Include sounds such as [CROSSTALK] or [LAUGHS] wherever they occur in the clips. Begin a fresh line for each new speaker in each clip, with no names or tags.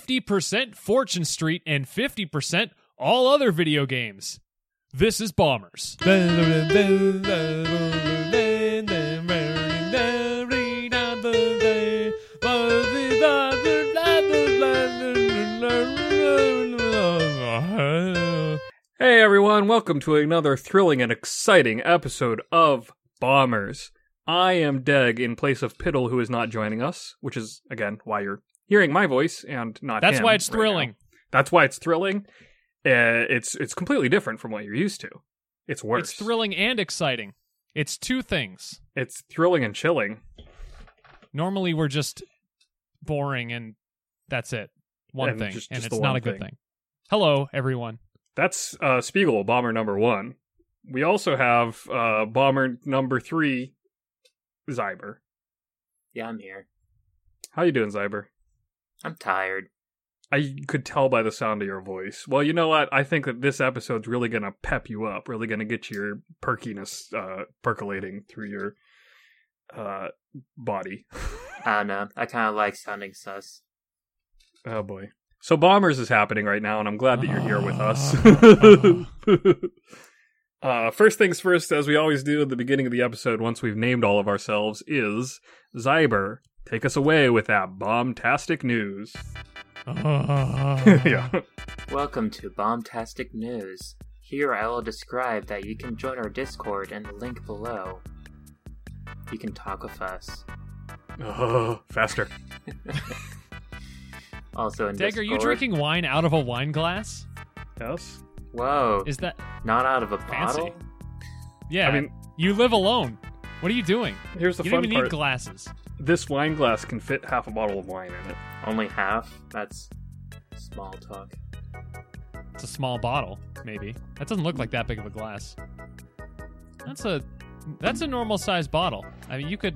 50% Fortune Street, and 50% all other video games. This is Bombers.
Hey everyone, welcome to another thrilling and exciting episode of Bombers. I am Deg in place of Piddle, who is not joining us, which is, again, why you're hearing my voice and not
That's
him
why it's
right now.
thrilling.
That's why it's thrilling. Uh, it's it's completely different from what you're used to. It's worse.
It's thrilling and exciting. It's two things.
It's thrilling and chilling.
Normally we're just boring and that's it. One
And
thing.
just-
and
just
it's
the
not
one
a good
thing.
thing. Hello, everyone.
That's uh, Spiegel bomber number one. We also have uh, bomber number three, Zyber.
Yeah, I'm here.
How you doing, Zyber?
I'm tired.
I could tell by the sound of your voice. Well, you know what? I think that this episode's really going to pep you up, really going to get your perkiness uh, percolating through your uh, body.
I don't know. I kind of like sounding sus.
oh, boy. So, Bombers is happening right now, and I'm glad that you're here with
[LAUGHS]
us. uh, first things first, as we always do at the beginning of the episode, once we've named all of ourselves, is Zyber. Take us away with that bombastic news. [LAUGHS] yeah.
[LAUGHS]
Welcome to Bombtastic News. Here I will describe that you can join our Discord in the link below. You can talk with us.
Oh, faster.
Also in
Dag, are
Discord.
you drinking wine out of a wine glass?
Yes.
Whoa!
Is that
not out of a
fancy?
bottle.
Yeah.
I mean,
you live alone. What are you doing?
here's the
you
fun
don't even
part.
need glasses.
this wine glass can fit half a bottle of wine in it.
Only half. That's small talk.
It's a small bottle, maybe. That doesn't look like that big of a glass. That's a that's a normal size bottle. I mean, you could.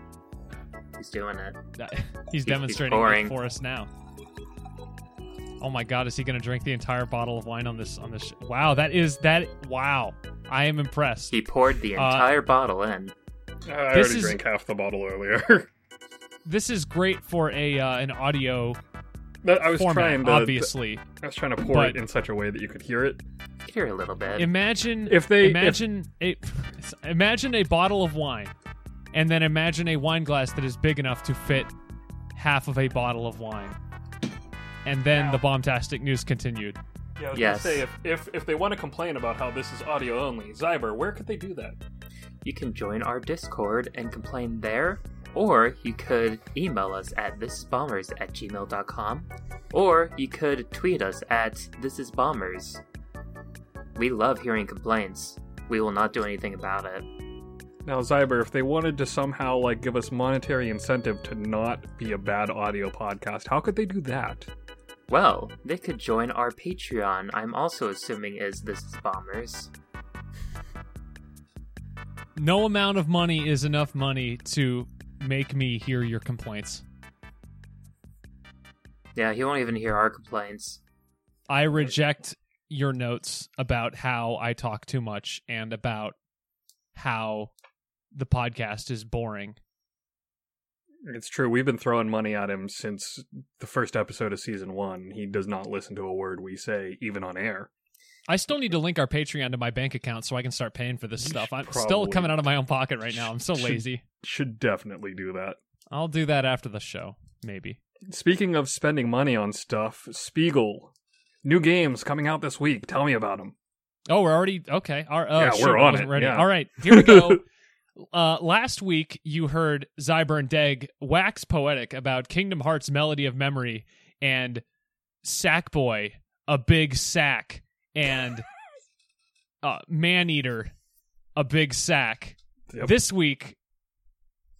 [LAUGHS]
He's doing it.
He's
He's
demonstrating it
boring.
for us now. Oh my God! Is he going to drink the entire bottle of wine on this on this? Sh- wow! That is that. Wow! I am impressed.
He poured the
Uh,
entire bottle in.
I
This
already
is-
drank half the bottle earlier. [LAUGHS]
This is great for a uh, an audio
But I was
format,
trying to
obviously.
I was trying to pour
But-
it in such a way that you could hear it.
Here a little bit.
Imagine
If they- if-
imagine a [LAUGHS] imagine a bottle of wine, and then imagine a wine glass that is big enough to fit half of a bottle of wine. And then the bombastic news continued.
Yeah, I
was gonna Yes. say,
if, if if they want to complain about how this is audio only, Zyber, where could they do that?
You can join our Discord and complain there, or you could email us at thisisbombers at gmail.com, or you could tweet us at thisisbombers. We love hearing complaints. We will not do anything about it.
Now, Zyber, if they wanted to somehow like give us monetary incentive to not be a bad audio podcast, how could they do that?
Well, they could join our Patreon, I'm also assuming is This Is Bombers.
No amount of money is enough money to make me hear your complaints.
Yeah, he won't even hear our complaints.
I reject your notes about how I talk too much and about how the podcast is boring.
It's true. We've been throwing money at him since the first episode of season one. He does not listen to a word we say, even on air.
I still need to link our Patreon to my bank account so I can start paying for this
You
stuff.
should
I'm still
probably-
coming out of my own pocket right now. I'm
[LAUGHS]
so
Should-
lazy.
Should definitely do that.
I'll do that after the show, maybe.
Speaking of spending money on stuff, Spiegel, new games coming out this week. Tell me about them.
Oh, we're already okay. All right. Oh,
Yeah,
shoot,
we're
I
on
wasn't
it.
Ready.
Yeah.
All right, here we
[LAUGHS]
go. uh, last week you heard Zyber and Deg wax poetic about Kingdom Hearts Melody of Memory and Sackboy, a big sack,
[LAUGHS]
and uh, Man Eater, a big sack.
Yep.
This week,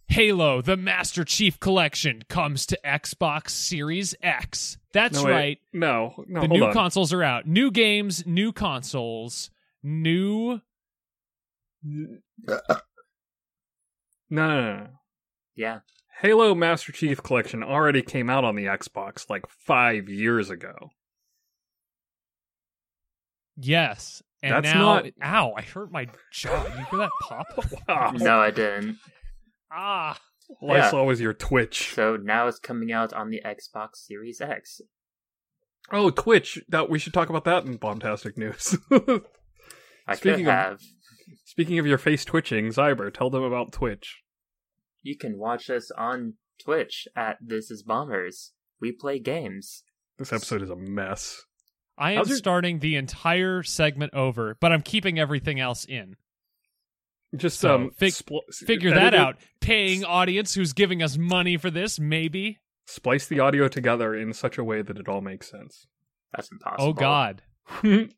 Halo: The Master Chief Collection comes to Xbox Series X. That's
No, wait.
right
No, no,
the
hold
new
on.
consoles are out. New games, new consoles, new.
no, no, no, no.
Yeah,
Halo Master Chief Collection already came out on the Xbox like five years ago.
Yes. And
That's
now,
not- [LAUGHS] Ah,
ow! I hurt my jaw. You hear that pop?
Wow.
no, I didn't.
ah,
Lysol was your Twitch.
So now it's coming out on the Xbox Series X.
Oh, Twitch. That we should talk about that in bombastic news. [LAUGHS]
I
Speaking
could
of-
have.
Speaking of your face twitching, Zyber, tell them about Twitch.
You can watch us on Twitch at This Is Bombers. We play games.
This episode is a mess.
I am
How's your-
starting the entire segment over, but I'm keeping everything else in.
Just
So,
um,
fig-
spl-
Figure
edit
that
it,
out. Paying audience who's giving us money for this, maybe.
Splice the audio together in such a way that it all makes sense.
That's impossible.
Oh God. [LAUGHS]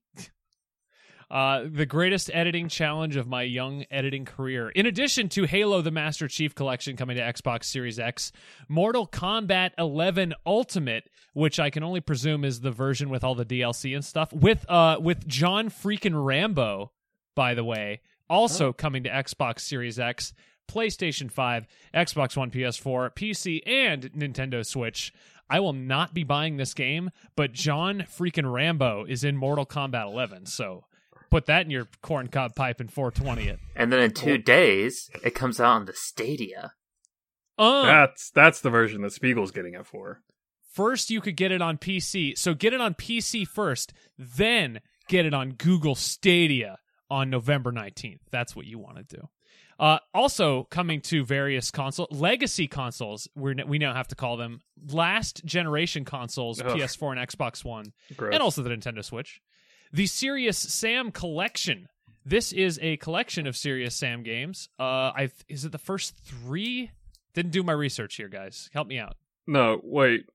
Uh, the greatest editing challenge of my young editing career. In addition to Halo the Master Chief Collection coming to Xbox Series X, Mortal Kombat 11 Ultimate, which I can only presume is the version with all the DLC and stuff, with uh with John freaking Rambo, by the way, also coming to Xbox Series X, PlayStation 5, Xbox One, PS4, PC, and Nintendo Switch. I will not be buying this game, but John freaking Rambo is in Mortal Kombat 11, so put that in your corn cob pipe and 420 it.
And then in two days, it comes out on the Stadia.
Uh,
That's that's the version that Spiegel's getting it for.
First, you could get it on PC. So get it on PC first, then get it on Google Stadia on November 19th. That's what you want to do. Uh, also, coming to various console legacy consoles, we're, n- we now have to call them last generation consoles,
Ugh.
PS4 and Xbox One,
Gross.
and also the Nintendo Switch. The Serious Sam Collection. This is a collection of Serious Sam games. Uh, I is it the first three? Didn't do my research here, guys. Help me out.
no, wait.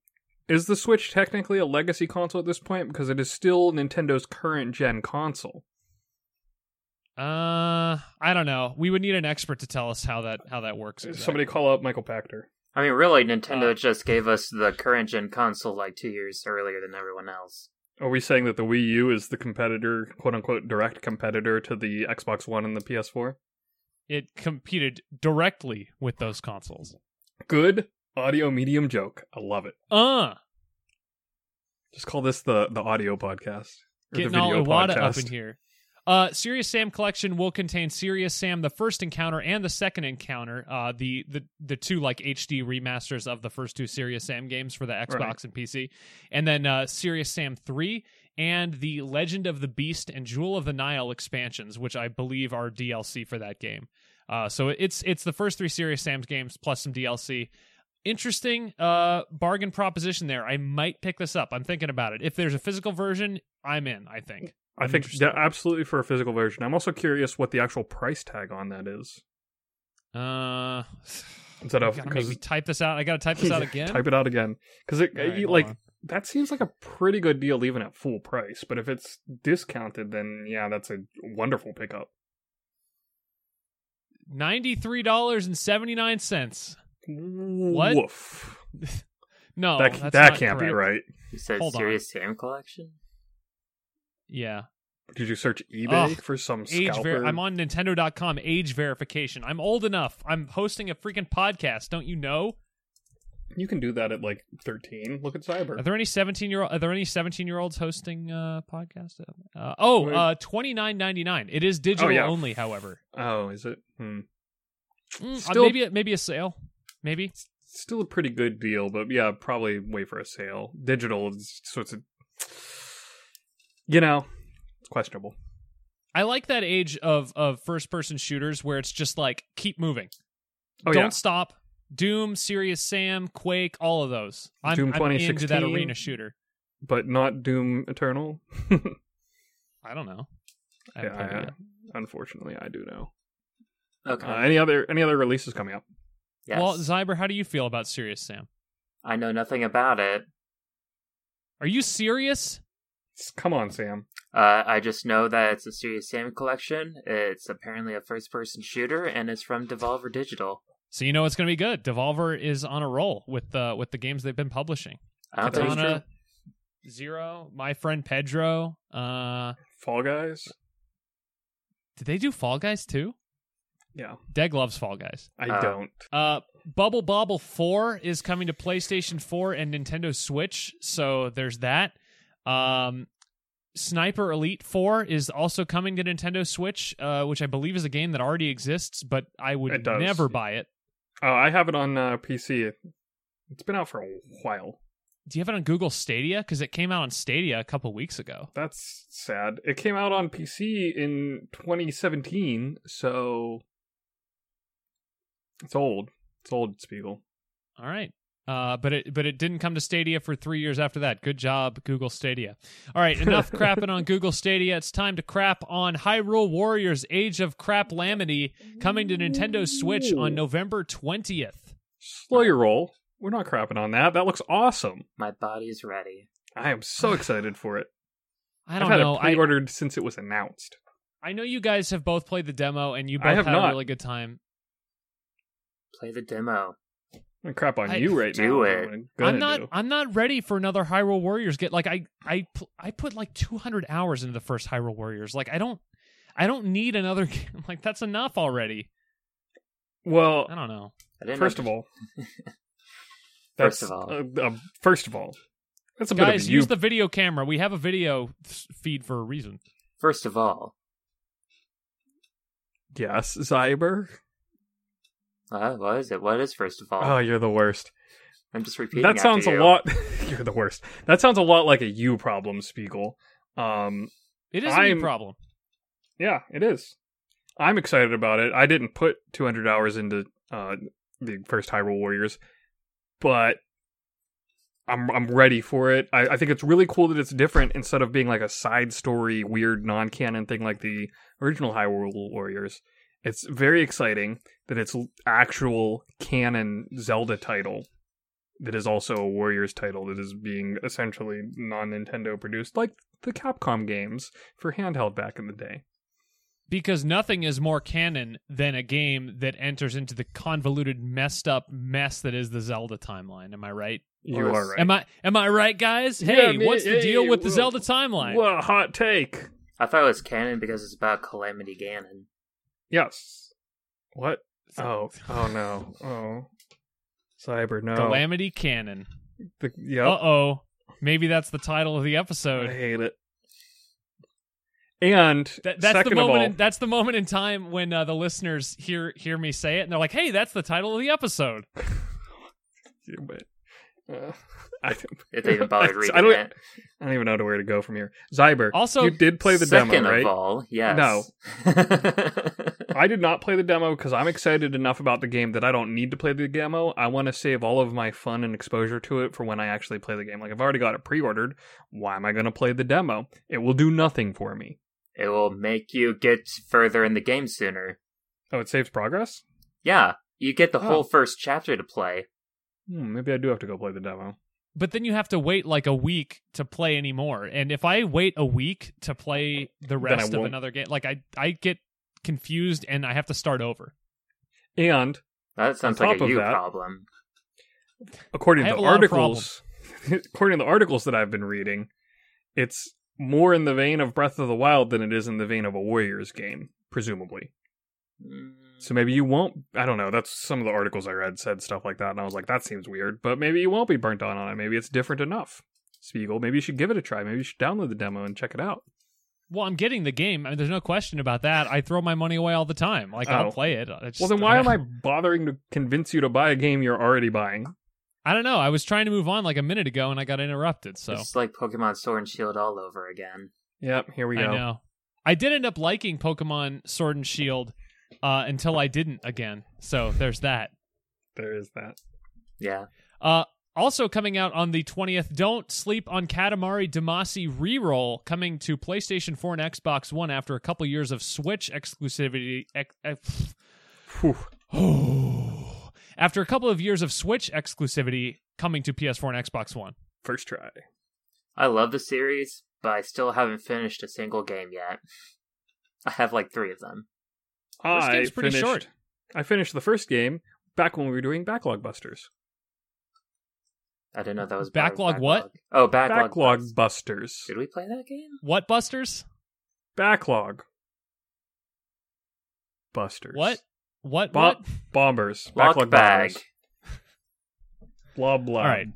Is the Switch technically a legacy console at this point? Because it is still Nintendo's current gen console.
Uh, I don't know. We would need an expert to tell us how that how that works.
Somebody
exactly.
call up Michael Pachter.
I mean, really, Nintendo just gave us the current gen console like two years earlier than everyone else.
Are we saying that the Wii U is the competitor, quote unquote, direct competitor to the Xbox One and the PS4?
it competed directly with those consoles.
Good audio medium joke. I love it.
Uh,
Just call this the the audio podcast. Or
getting
the
all
video
Iwata
podcast.
up in here. Uh, Serious Sam collection will contain Serious Sam the first encounter and the second encounter. Uh, the the the two like HD remasters of the first two Serious Sam games for the Xbox
Right.
and PC, and then uh, Serious Sam three and the Legend of the Beast and Jewel of the Nile expansions, which I believe are DLC for that game. Uh, so it's it's the first three Serious Sam's games plus some DLC. Interesting uh bargain proposition there. I might pick this up. I'm thinking about it. If there's a physical version, I'm in, I think.
I
I'm
think
interested.
yeah, absolutely for a physical version. I'm also curious what the actual price tag on that is.
Uh
Is that a
you gotta make me
because
type this out. I gotta type this out again.
[LAUGHS] type it out again because it
All right,
you-
hold
like
on.
that seems like a pretty good deal even at full price. But if it's discounted, then yeah, that's a wonderful pickup.
ninety-three dollars and seventy-nine cents.
What? Woof.
No,
that
Oh, that's
that
not
can't be
correct.
right.
You said
Hold on.
Serious Sam collection?
Yeah,
Did you search eBay
Ugh,
for some
age.
scalper?
Ver- I'm on Nintendo.com. Age verification. I'm old enough. I'm hosting a freaking podcast. Don't you know?
You can do that at like 13. Look at Cyber.
Are there any seventeen year old? Are there any seventeen year olds hosting uh, podcasts? Uh, oh,
Wait.
uh, twenty nine ninety nine. It is digital
yeah.
only, however.
oh, is it? Hmm.
Mm, uh,
Still-
maybe maybe a sale. Maybe
Still a pretty good deal, but yeah, probably wait for a sale. Digital, is, so it's a. You know, it's questionable.
I like that age of of first person shooters where it's just like keep moving,
Oh,
don't
yeah.
stop. Doom, Serious Sam, Quake, all of those. I'm,
Doom
I'm into that
2016.
arena shooter.
But not Doom Eternal.
I don't know. I
Yeah,
haven't played it
I-
yet.
Unfortunately, I do know.
Okay.
Uh, any other any other releases coming up?
yes.
Well, Zyber, how do you feel about Serious Sam?
I know nothing about it.
Are you serious?
S- Come on, Sam.
Uh, I just know that it's a Serious Sam collection. It's apparently a first person shooter, and it's from Devolver Digital.
So you know it's going to be good. Devolver is on a roll with uh, with the games they've been publishing.
I don't
That's
think
Katana, Zero, my friend Pedro. Uh,
Fall Guys.
did they do Fall Guys too?
Yeah,
Deg loves Fall Guys.
I
Uh,
don't.
Uh, Bubble Bobble 4 is coming to PlayStation 4 and Nintendo Switch, so there's that. Um, Sniper Elite 4 is also coming to Nintendo Switch, uh, which I believe is a game that already exists, but I would
It does.
never buy it.
Oh, I have it on uh, PC. It's been out for a while.
Do you have it on Google Stadia? Because it came out on Stadia a couple weeks ago.
That's sad. It came out on PC in 2017, so it's old. It's old, Spiegel.
All right. Uh, but it but it didn't come to Stadia for three years after that. Good job, Google Stadia. All right, enough crapping on Google Stadia. It's time to crap on Hyrule Warriors: Age of Crap Lamity, coming to Nintendo Switch on November twentieth.
Slow your roll. We're not crapping on that. That looks awesome.
My body's ready.
I
[SIGHS]
am so excited for it.
I don't
have had
know.
it
I
pre-ordered since it was announced.
I know you guys have both played the demo and you
I
both
have
had
not.
a really good time.
Play the demo.
I'm gonna crap on
I-
you right
Do
now.
it.
I'm,
I'm
gonna
not.
do.
I'm not ready for another Hyrule Warriors. Get like I. I. pl- I put like 200 hours into the first Hyrule Warriors. Like I don't. I don't need another. [LAUGHS] game. Like that's enough already.
Well,
I don't know.
I didn't
First
know-
of all,
[LAUGHS] First
that's-
of all.
uh, uh, first of all, that's a bit of
Guys,
a you.
use the video camera. We have a video s- feed for a reason.
First of all.
yes, Zyber.
Uh, what is it? What is first of all?
Oh, you're the worst.
I'm just repeating.
that
after
sounds a
you.
lot. [LAUGHS] you're the worst. That sounds a lot like a you problem, Spiegel. Um,
It is a
I'm-
me problem.
yeah, it is. I'm excited about it. I didn't put 200 hours into uh, the first Hyrule Warriors, but I'm I'm ready for it. I, I think it's really cool that it's different instead of being like a side story, weird, non canon thing like the original Hyrule Warriors. It's very exciting that it's l- actual canon Zelda title that is also a Warriors title that is being essentially non Nintendo produced, like the Capcom games for handheld back in the day.
because nothing is more canon than a game that enters into the convoluted messed up mess that is the Zelda timeline am i right
You
Or
are
s-
right.
am i am i right guys
Yeah,
hey
man,
what's the
yeah,
deal
yeah,
with the
whoa.
Zelda timeline
What a hot take.
I thought it was canon because it's about Calamity Ganon.
Yes. What? Oh, oh no. Oh. Cyber, no.
calamity canon
The- Oh. yep.
Oh. uh-oh maybe that's the title of the
I
episode
hate it. And
that, that's the
second of
moment
all,
in, that's the moment in time when uh, the listeners hear hear me say it and they're like hey that's the title of the episode
Yeah, [LAUGHS] but, uh, I, don't,
If they even
[LAUGHS]
bothered
I
reading
don't-
it.
I don't even know where to go from here. Zyber,
Also-
you did play the
Second
demo,
of
right?
all, yes.
No.
No.
I did not play the demo because I'm excited enough about the game that I don't need to play the demo. I want to save all of my fun and exposure to it for when I actually play the game. Like, I've already got it pre ordered. Why am I going to play the demo? It will do nothing for me.
[LAUGHS] it will make you get further in the game sooner.
Oh, it saves progress?
Yeah, you get the
Oh.
whole first chapter to play.
Hmm, maybe I do have to go play the demo.
but then you have to wait like a week to play anymore. And if I wait a week to play the
I
rest of
won't.
another game, like I I get confused and I have to start over.
And
That sounds
On
like
top
a
of
you
that-
problem.
according
I
to
have
the
a lot of
articles, [LAUGHS] according to the articles that I've been reading, it's more in the vein of Breath of the Wild than it is in the vein of a Warriors game, presumably. So maybe you won't. I don't know. That's some of the articles I read said stuff like that, and I was like, that seems weird. But maybe you won't be burnt on on it. Maybe it's different enough. Spiegel, maybe you should give it a try. Maybe you should download the demo and check it out.
Well, I'm getting the game. I mean, there's no question about that. I throw my money away all the time. Like
Oh.
I'll play it. It's
Well,
just- uh,
then why
[LAUGHS]
am I bothering to convince you to buy a game you're already buying?
I don't know. I was trying to move on like a minute ago and I got interrupted. So
It's like Pokemon Sword and Shield all over again.
Yep, here we
I
go.
know. I did end up liking Pokemon Sword and Shield uh, until I didn't again. So there's that.
There is that.
Yeah.
Uh, also coming out on the 20th, Don't Sleep on Katamari Damacy Reroll, coming to PlayStation 4 and Xbox One after a couple years of Switch exclusivity. Ex- ex- [SIGHS]
Whew.
after a couple of years of Switch exclusivity coming to PS4 and Xbox One.
First try.
I love the series, but I still haven't finished a single game yet. [LAUGHS] I have like three of them.
I
game's pretty
finished,
short.
I finished the first game back when we were doing Backlog Busters.
I didn't know that was
Backlog what?
Oh, backlog.
Backlog Busters.
Did we play that game?
What, Busters?
Backlog. Busters.
What? What?
Bo-
what?
Bombers.
Lock
Backlog
bag.
bombers. Blah blah.
All right.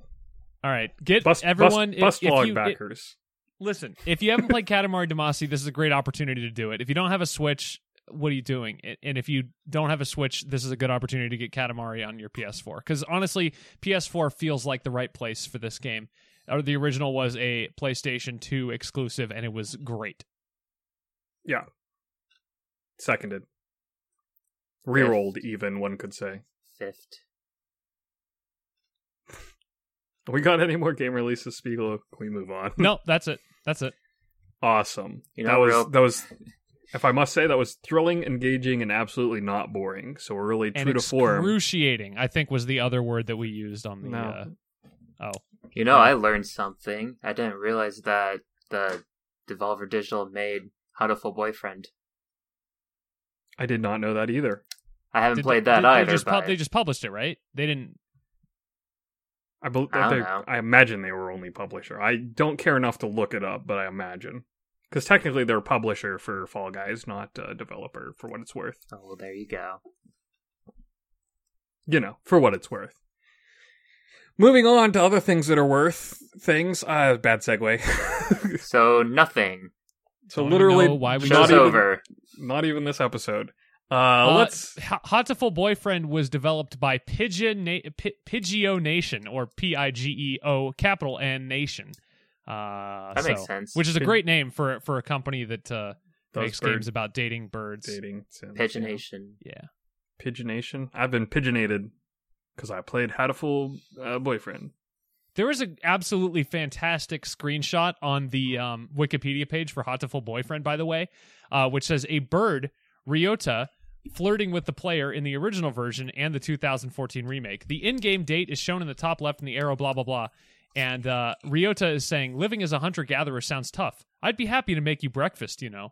All right. Get
Bust,
everyone.
bust,
if-
bust
if
log
you- i-
backers.
[LAUGHS] listen, if you haven't played Katamari Damacy, this is a great opportunity to do it. If you don't have a Switch, what are you doing? A- And if you don't have a Switch, this is a good opportunity to get Katamari on your PS4. Because honestly, PS4 feels like the right place for this game. Or the original was a PlayStation 2 exclusive, and it was great.
Seconded. Rerolled, even, one could say.
Fifth.
We got any more game releases, Spiegel? Can we move on?
no, that's it. That's it.
awesome.
You're
that
not
was
real-
that was if I must say that was thrilling, engaging, and absolutely not boring. So we're really
And
true to form.
excruciating, I think, was the other word that we used on the.
No.
Uh, oh,
You know, I learned something. I didn't realize that the Devolver Digital made Huddleful Boyfriend.
I did not know that either.
I haven't
Did-
played that
did- they
either.
Just pub-
but
they just published it, right? They didn't.
I bel
I don't
they-
know.
I imagine they were only publisher. I don't care enough to look it up, but I imagine because technically they're publisher for Fall Guys, not uh, developer. For what it's worth,
Oh, well, there you go.
you know, for what it's worth. Moving on to other things that are worth things. Uh, bad segue. [LAUGHS]
[LAUGHS]
So, nothing.
so
Don't
literally,
know why we
not
Show's
even-
over.
Not even this episode. Uh,
Uh,
let's.
H- Hatoful Boyfriend was developed by Pigeon Na- P- Pigeo Nation or P I G E O capital N Nation. Uh,
That makes
so-
sense.
Which is a
Pig-
great name for for a company that uh,
Those
makes
bird
games about dating birds.
dating sims, yeah.
Pigeonation.
Yeah,
Pigeonation. I've been pigeonated because I played Had a Fool uh, Boyfriend.
there was an absolutely fantastic screenshot on the um, Wikipedia page for Hatoful Boyfriend, by the way, uh, which says a bird Ryota flirting with the player in the original version and the 2014 remake. The in-game date is shown in the top left in the arrow, blah blah blah. And uh, Ryota is saying, "Living as a hunter-gatherer sounds tough. I'd be happy to make you breakfast, you know."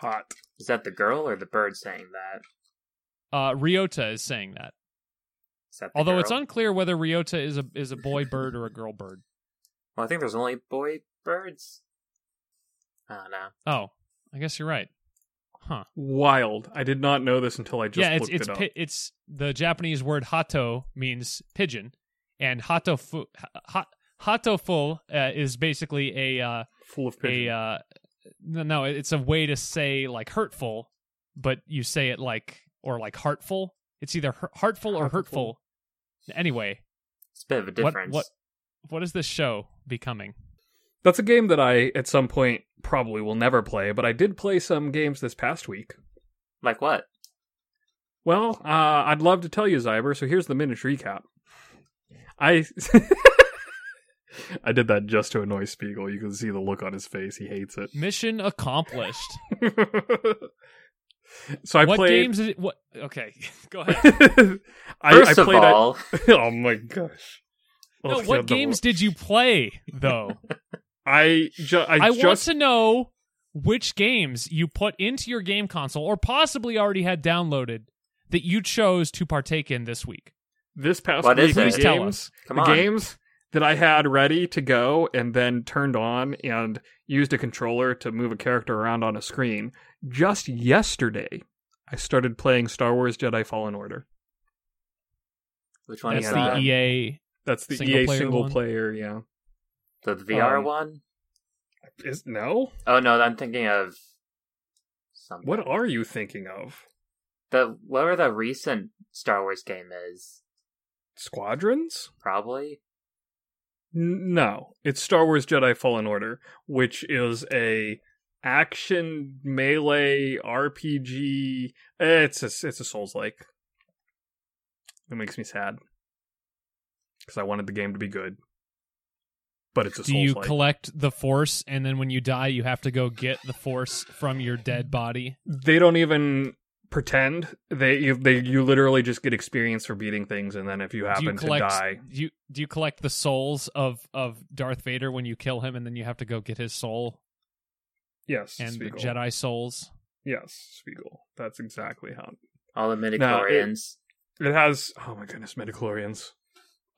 Hot.
Is that the girl or the bird saying that?
Uh, Ryota is saying that,
Is that the
although it's
girl?
unclear whether Ryota is a is a boy bird or a girl bird.
Well, I think there's only boy birds. I don't know.
Oh, I guess you're right.
Wild. I did not know this until I just
yeah, it's
looked
it's
it up.
pi- it's the Japanese word hato means pigeon, and hatofu ha, hatoful uh, is basically a uh,
Full of
a
pigeon.
uh, no, no, it's a way to say like hurtful, but you say it like or like heartful. It's either hur- heartful or hurtful. Anyway,
It's a bit of a
what
difference.
what what is this show becoming?
That's a game that I at some point probably will never play, but I did play some games this past week.
Like what?
Well, uh, I'd love to tell you, Zyber. So here's the minutes recap. I [LAUGHS] I did that just to annoy Spiegel. You can see the look on his face; he hates it. [LAUGHS]
Mission accomplished.
so I
what
played. [LAUGHS]
games? Is it, what? Okay, [LAUGHS] go ahead.
I,
First
I
of
played a-
all,
[LAUGHS] oh my gosh!
No,
Oh,
what
the-
games did you play though?
I ju- I,
I want
just
to know which games you put into your game console or possibly already had downloaded that you chose to partake in this week.
this past
What
week
is
the
it?
Please tell
games-
us.
come
the
on.
games that I had ready to go and then turned on and used a controller to move a character around on a screen. Just yesterday, I started playing Star Wars Jedi Fallen Order.
Which one
That's
is
the
Yeah.
E
that?
EA.
That's the
Single
EA
player
single
one?
player, yeah.
The VR
Um,
one?
Is no?
Oh no, I'm thinking of something.
What are you thinking of?
the whatever the recent Star Wars game is?
Squadrons?
Probably.
N- No, it's Star Wars Jedi Fallen Order, which is a action melee RPG. Eh, It's a it's a Souls like. It makes me sad because I wanted the game to be good, but it's a
Do you
Souls like.
collect the force and then when you die you have to go get the force from your dead body?
they don't even pretend they you, they you literally just get experience for beating things, and then if you happen
do you collect
to die,
Do you do you collect the souls of of Darth Vader when you kill him and then you have to go get his soul
yes,
and
Spiegel.
the Jedi souls?
yes, Spiegel. That's exactly how
All the midichlorians.
No, it-
chlorians.
it has. Oh my goodness, midichlorians.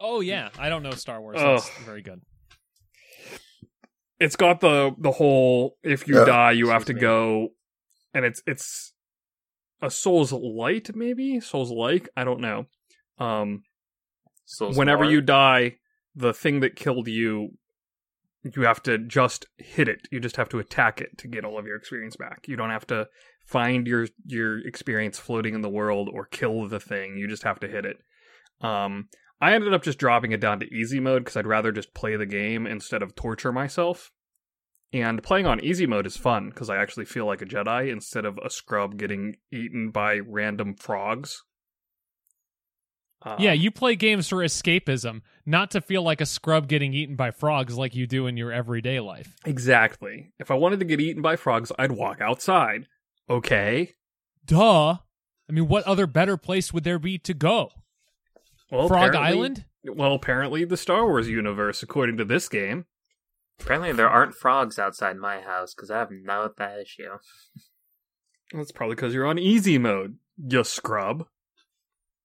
Oh yeah, I don't know Star Wars.
Ugh.
That's very good.
it's got the the whole if you
Yeah.
die you have to
Excuse me.
go and it's it's a souls light maybe souls like i don't know um whenever you die the thing that killed you you have to just hit it. You just have to attack it to get all of your experience back. You don't have to find your your experience floating in the world or kill the thing. You just have to hit it. Um, I ended up just dropping it down to easy mode because I'd rather just play the game instead of torture myself. And playing on easy mode is fun because I actually feel like a Jedi instead of a scrub getting eaten by random frogs. Uh,
yeah, you play games for escapism, not to feel like a scrub getting eaten by frogs like you do in your everyday life.
exactly. If I wanted to get eaten by frogs, I'd walk outside. Okay.
Duh. I mean, what other better place would there be to go?
Well,
Frog
apparently-
Island?
Well, apparently the Star Wars universe, according to this game.
Apparently, there aren't frogs outside my house because I have not that issue.
That's probably because you're on easy mode, you scrub.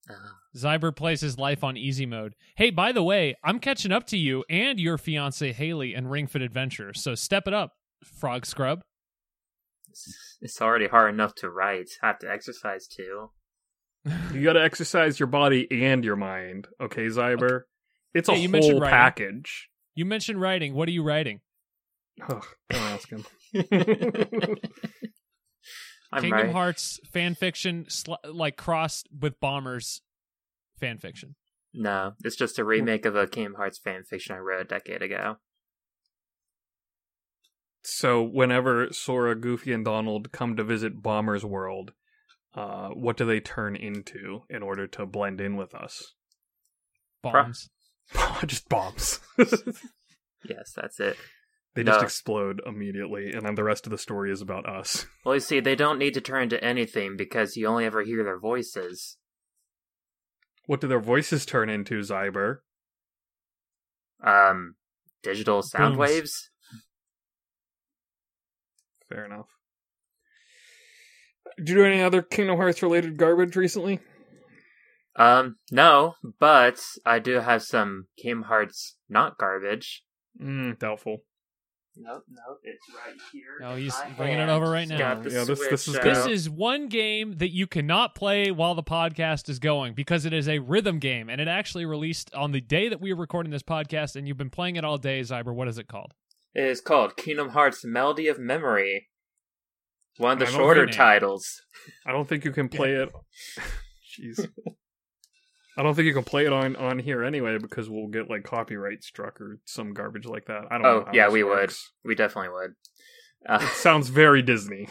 Uh,
Zyber plays his life on easy mode. Hey, by the way, I'm catching up to you and your fiance Haley and Ring Fit Adventure. So step it up, Frog Scrub.
it's- it's already hard enough to write. I have to
[LAUGHS]
exercise too.
You got to exercise your body and your mind. Okay, Zyber. It's a
Yeah, you mentioned
whole
writing.
package.
You mentioned writing. What are you writing?
Ugh, don't ask him.
I'm
Kingdom
right.
Hearts fan fiction, sl- like crossed with Bombers fan fiction.
No, it's just a remake of a Kingdom Hearts fan fiction I wrote a decade ago.
so, whenever Sora, Goofy, and Donald come to visit Bomber's world, uh, what do they turn into in order to blend in with us?
Bombs.
[LAUGHS] just bombs.
Yes, that's it.
they just
No.
explode immediately, and then the rest of the story is about us. [LAUGHS]
Well, you see, they don't need to turn into anything because you only ever hear their voices.
What do their voices turn into, Zyber?
Um, digital sound
Booms.
waves.
Fair enough. Did you do any other Kingdom Hearts related garbage recently?
Um, no, but I do have some Kingdom Hearts not garbage.
Mm, doubtful.
No, no, it's right here.
No, Oh, he's bringing it over right now.
Got the
Yeah, this-
Switch uh,
this is
out.
good.
This is one game that you cannot play while the podcast is going because it is a rhythm game and it actually released on the day that we were recording this podcast and you've been playing it all day, Zyber. What is it called?
It is called Kingdom Hearts Melody of Memory. One of the
I don't
shorter
think-
titles.
I don't think you can play it. [LAUGHS]
[LAUGHS]
Jeez. I don't think you can play it on, on here anyway because we'll get like copyright struck or some garbage like that. I don't know.
Oh,
how
yeah,
this
we
works.
would. We definitely would. Uh,
It sounds very Disney.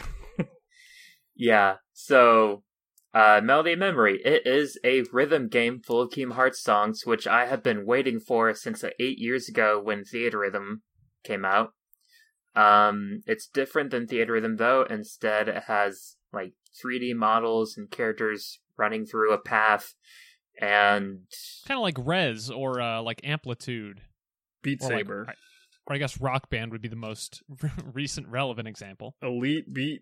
yeah, so uh, Melody of Memory. It is a rhythm game full of Kingdom Hearts songs, which I have been waiting for since uh, eight years ago when Theater Rhythm came out. Um, it's different than Theater Rhythm, though. Instead, it has like 3D models and characters running through a path, and [LAUGHS]
Kind of like Res or uh, like Amplitude.
Beat
Or like-
Saber.
or I guess Rock Band would be the most [LAUGHS] recent relevant example.
Elite Beat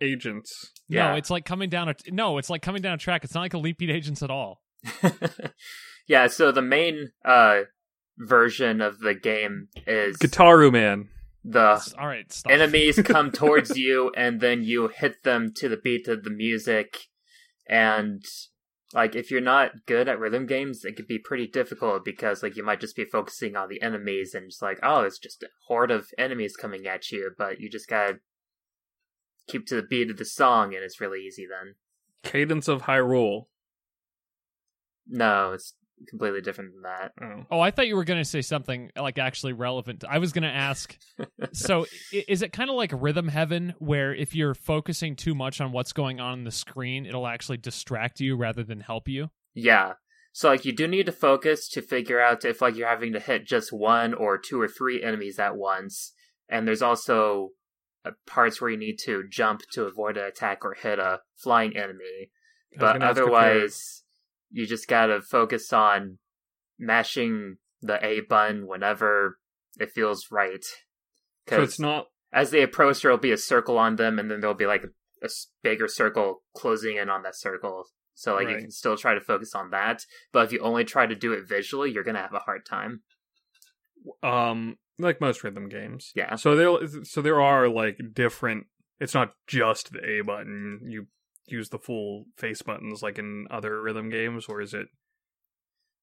Agents.
No,
Yeah.
it's like coming down a no, it's like coming down a track. It's not like Elite Beat Agents at all.
yeah, so the main uh version of the game is
Guitaru Man. Uh,
the
It's- all right, stop.
[LAUGHS] enemies come towards you and then you hit them to the beat of the music and like if you're not good at rhythm games it could be pretty difficult because like you might just be focusing on the enemies and just like oh it's just a horde of enemies coming at you but you just gotta keep to the beat of the song and it's really easy then
Cadence of Hyrule.
no it's completely different than that
Oh.
Oh, I thought you were going to say something like actually relevant. I was going to ask. so, i- is it kind of like Rhythm Heaven, where if you're focusing too much on what's going on on the screen, it'll actually distract you rather than help you?
Yeah. So like you do need to focus to figure out if like you're having to hit just one or two or three enemies at once. And there's also uh, parts where you need to jump to avoid an attack or hit a flying enemy.
I was
But
gonna ask if there-
otherwise, you just gotta focus on mashing the A button whenever it feels right.
So it's not
as they approach, there'll be a circle on them, and then there'll be like a s- bigger circle closing in on that circle. So like you
Right.
can still try to focus on that, but if you only try to do it visually, you're gonna have a hard time.
um like most rhythm games.
Yeah.
So there so there are like different it's not just the A button. You use the full face buttons like in other rhythm games or is it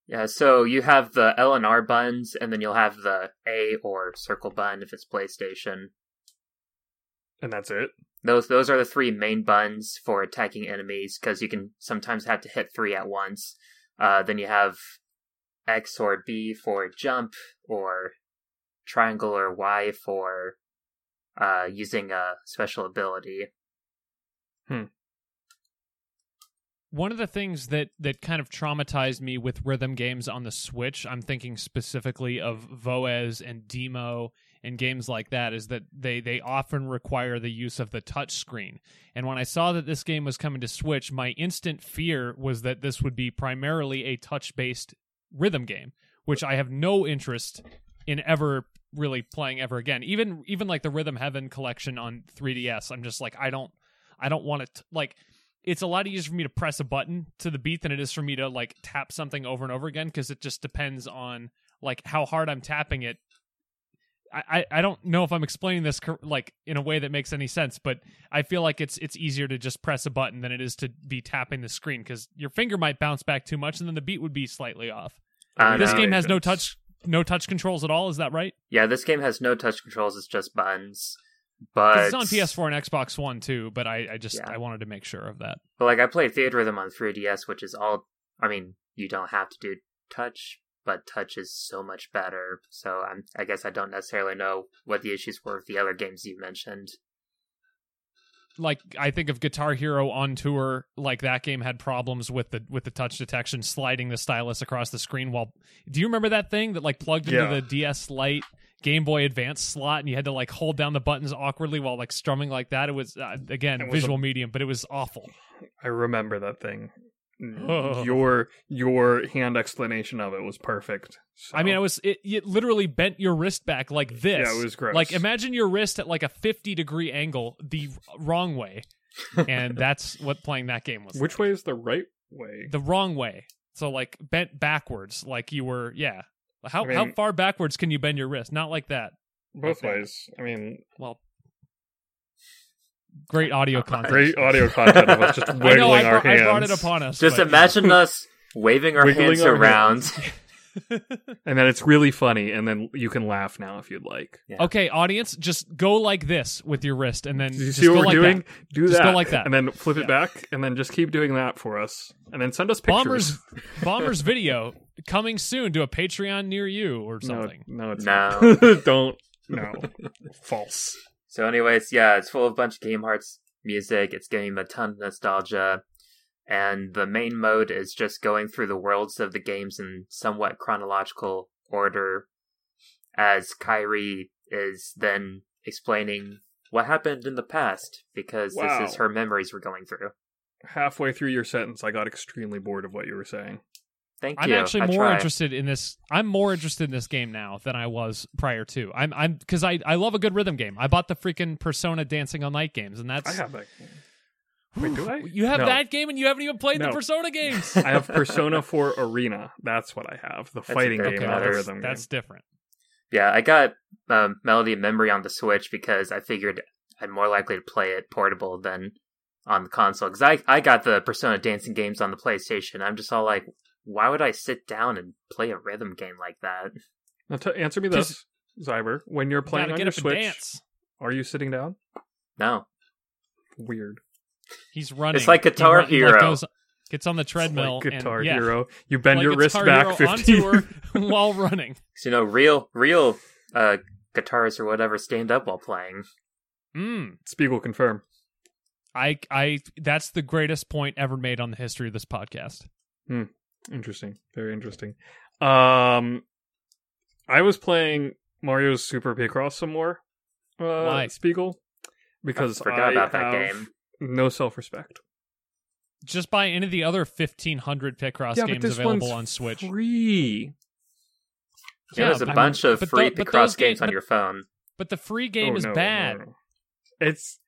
Yeah, so you have the L and R buttons, and then you'll have the A or circle button if it's PlayStation.
And that's it.
Those those are the three main buttons for attacking enemies because you can sometimes have to hit three at once. Uh, then you have X or B for jump, or triangle or Y for uh, using a special ability.
one of the things that that kind of traumatized me with rhythm games on the Switch, I'm thinking specifically of Voez and Demo and games like that, is that they they often require the use of the touch screen. And when I saw that this game was coming to Switch, my instant fear was that this would be primarily a touch based rhythm game, which I have no interest in ever really playing ever again. Even even like the Rhythm Heaven collection on 3DS, I'm just like I don't I don't want to like it's a lot easier for me to press a button to the beat than it is for me to like tap something over and over again because it just depends on like how hard I'm tapping it. I, I I don't know if I'm explaining this cor- like in a way that makes any sense, but I feel like it's it's easier to just press a button than it is to be tapping the screen because your finger might bounce back too much and then the beat would be slightly off.
Uh,
this
no,
game has no
it's-
touch no touch controls at all. Is that right?
yeah, this game has no touch controls; it's just buttons.
'Cause
But
It's on PS4 and Xbox One too, but I I just
Yeah.
I wanted to make sure of that.
But like I played Theater Rhythm on 3DS, E which is all. I mean, you don't have to do touch, but touch is so much better. So I'm. I guess I don't necessarily know what the issues were with the other games you mentioned.
like I think of Guitar Hero on tour, like that game had problems with the with the touch detection sliding the stylus across the screen while do you remember that thing that like plugged into
Yeah.
the DS Lite Game Boy Advance slot and you had to like hold down the buttons awkwardly while like strumming like that? It was uh, again
It was
visual medium, but it was awful.
I remember that thing.
[LAUGHS] Oh.
Your your hand explanation of it was perfect. So.
I mean, I was it, it literally bent your wrist back like this.
Yeah, it was gross.
Like imagine your wrist at like a 50 degree angle the wrong way. and [LAUGHS] that's what playing that game was.
Which way is the right way?
the wrong way. So like bent backwards, like you were. Yeah. How
I mean-
how far backwards can you bend your wrist? Not like that.
Both
Okay.
ways. I mean,
Well, great audio content.
great audio content of us
[LAUGHS]
just
I
wiggling
know I,
our
brought,
hands.
I brought it upon us.
Just
but-
imagine us waving our
Wiggling
hands
our
around.
And then it's really funny, and then you can laugh now if you'd like.
Okay, audience, just go like this with your wrist, and then
Do you
just
see
go
what we're
like
doing?
that.
Do
Just
that.
go like that.
And then flip
Yeah.
it back, and then just keep doing that for us. And then send us pictures.
Bombers, bombers video coming soon to a Patreon near you or
No,
something.
No, it's
No.
not. [LAUGHS] Don't.
[LAUGHS]
No. False.
So, anyways, yeah, it's full of a bunch of Game Hearts music. It's giving me a ton of nostalgia. And the main mode is just going through the worlds of the games in somewhat chronological order, as Kyrie is then explaining what happened in the past because
Wow.
this is her memories we're going through.
Halfway through your sentence, I got extremely bored of what you were saying.
Thank
I'm
you.
actually
I
more
try.
interested in this. I'm more interested in this game now than I was prior to. I'm I'm because I I love a good rhythm game. I bought the freaking Persona Dancing All Night games, and
I
that's
have that. Wait, do I?
you have
No.
that game and you haven't even played the
No.
Persona
[LAUGHS]
[LAUGHS]
games.
I have Persona 4 Arena. That's what I have. The
That's a
fighting
good
game,
Okay,
not a
that's-
rhythm
that's different.
Yeah, I got um, Melody and Memory on the Switch because I figured I'm more likely to play it portable than on the console. Because I, I got the Persona dancing games on the PlayStation. I'm just all like, why would I sit down and play a rhythm game like that?
game. Now, t- answer me
Just-
this, Zyber. When you're playing
Gotta
on
get
your
up and
Switch,
dance.
are you sitting down?
No.
Weird.
He's running.
It's like
He
Guitar
run- he, like,
Hero.
goes- gets on the treadmill.
It's like Guitar
and, yeah,
Hero. You bend
like
your wrist
Guitar
back
Hero on
15. [LAUGHS]
tour [LAUGHS] while running.
'Cause, you know, real, real uh, guitarists or whatever stand up while playing.
Mm.
Spiegel confirm.
I I that's the greatest point ever made on the history of this podcast.
Interesting. Very interesting. Um I was playing Mario's Super Picross some more. Uh
Why?
Spiegel. Because
I forgot
I
about
have
that game.
No self respect.
Just buy any of the other 1500 Picross games available on Switch.
Free.
Yeah,
There's
I
a
mean,
bunch of
but
free
tho- but
Picross
those ga-
games on
but-
your phone.
But the free game
Oh,
is
no, no,
bad.
no. It's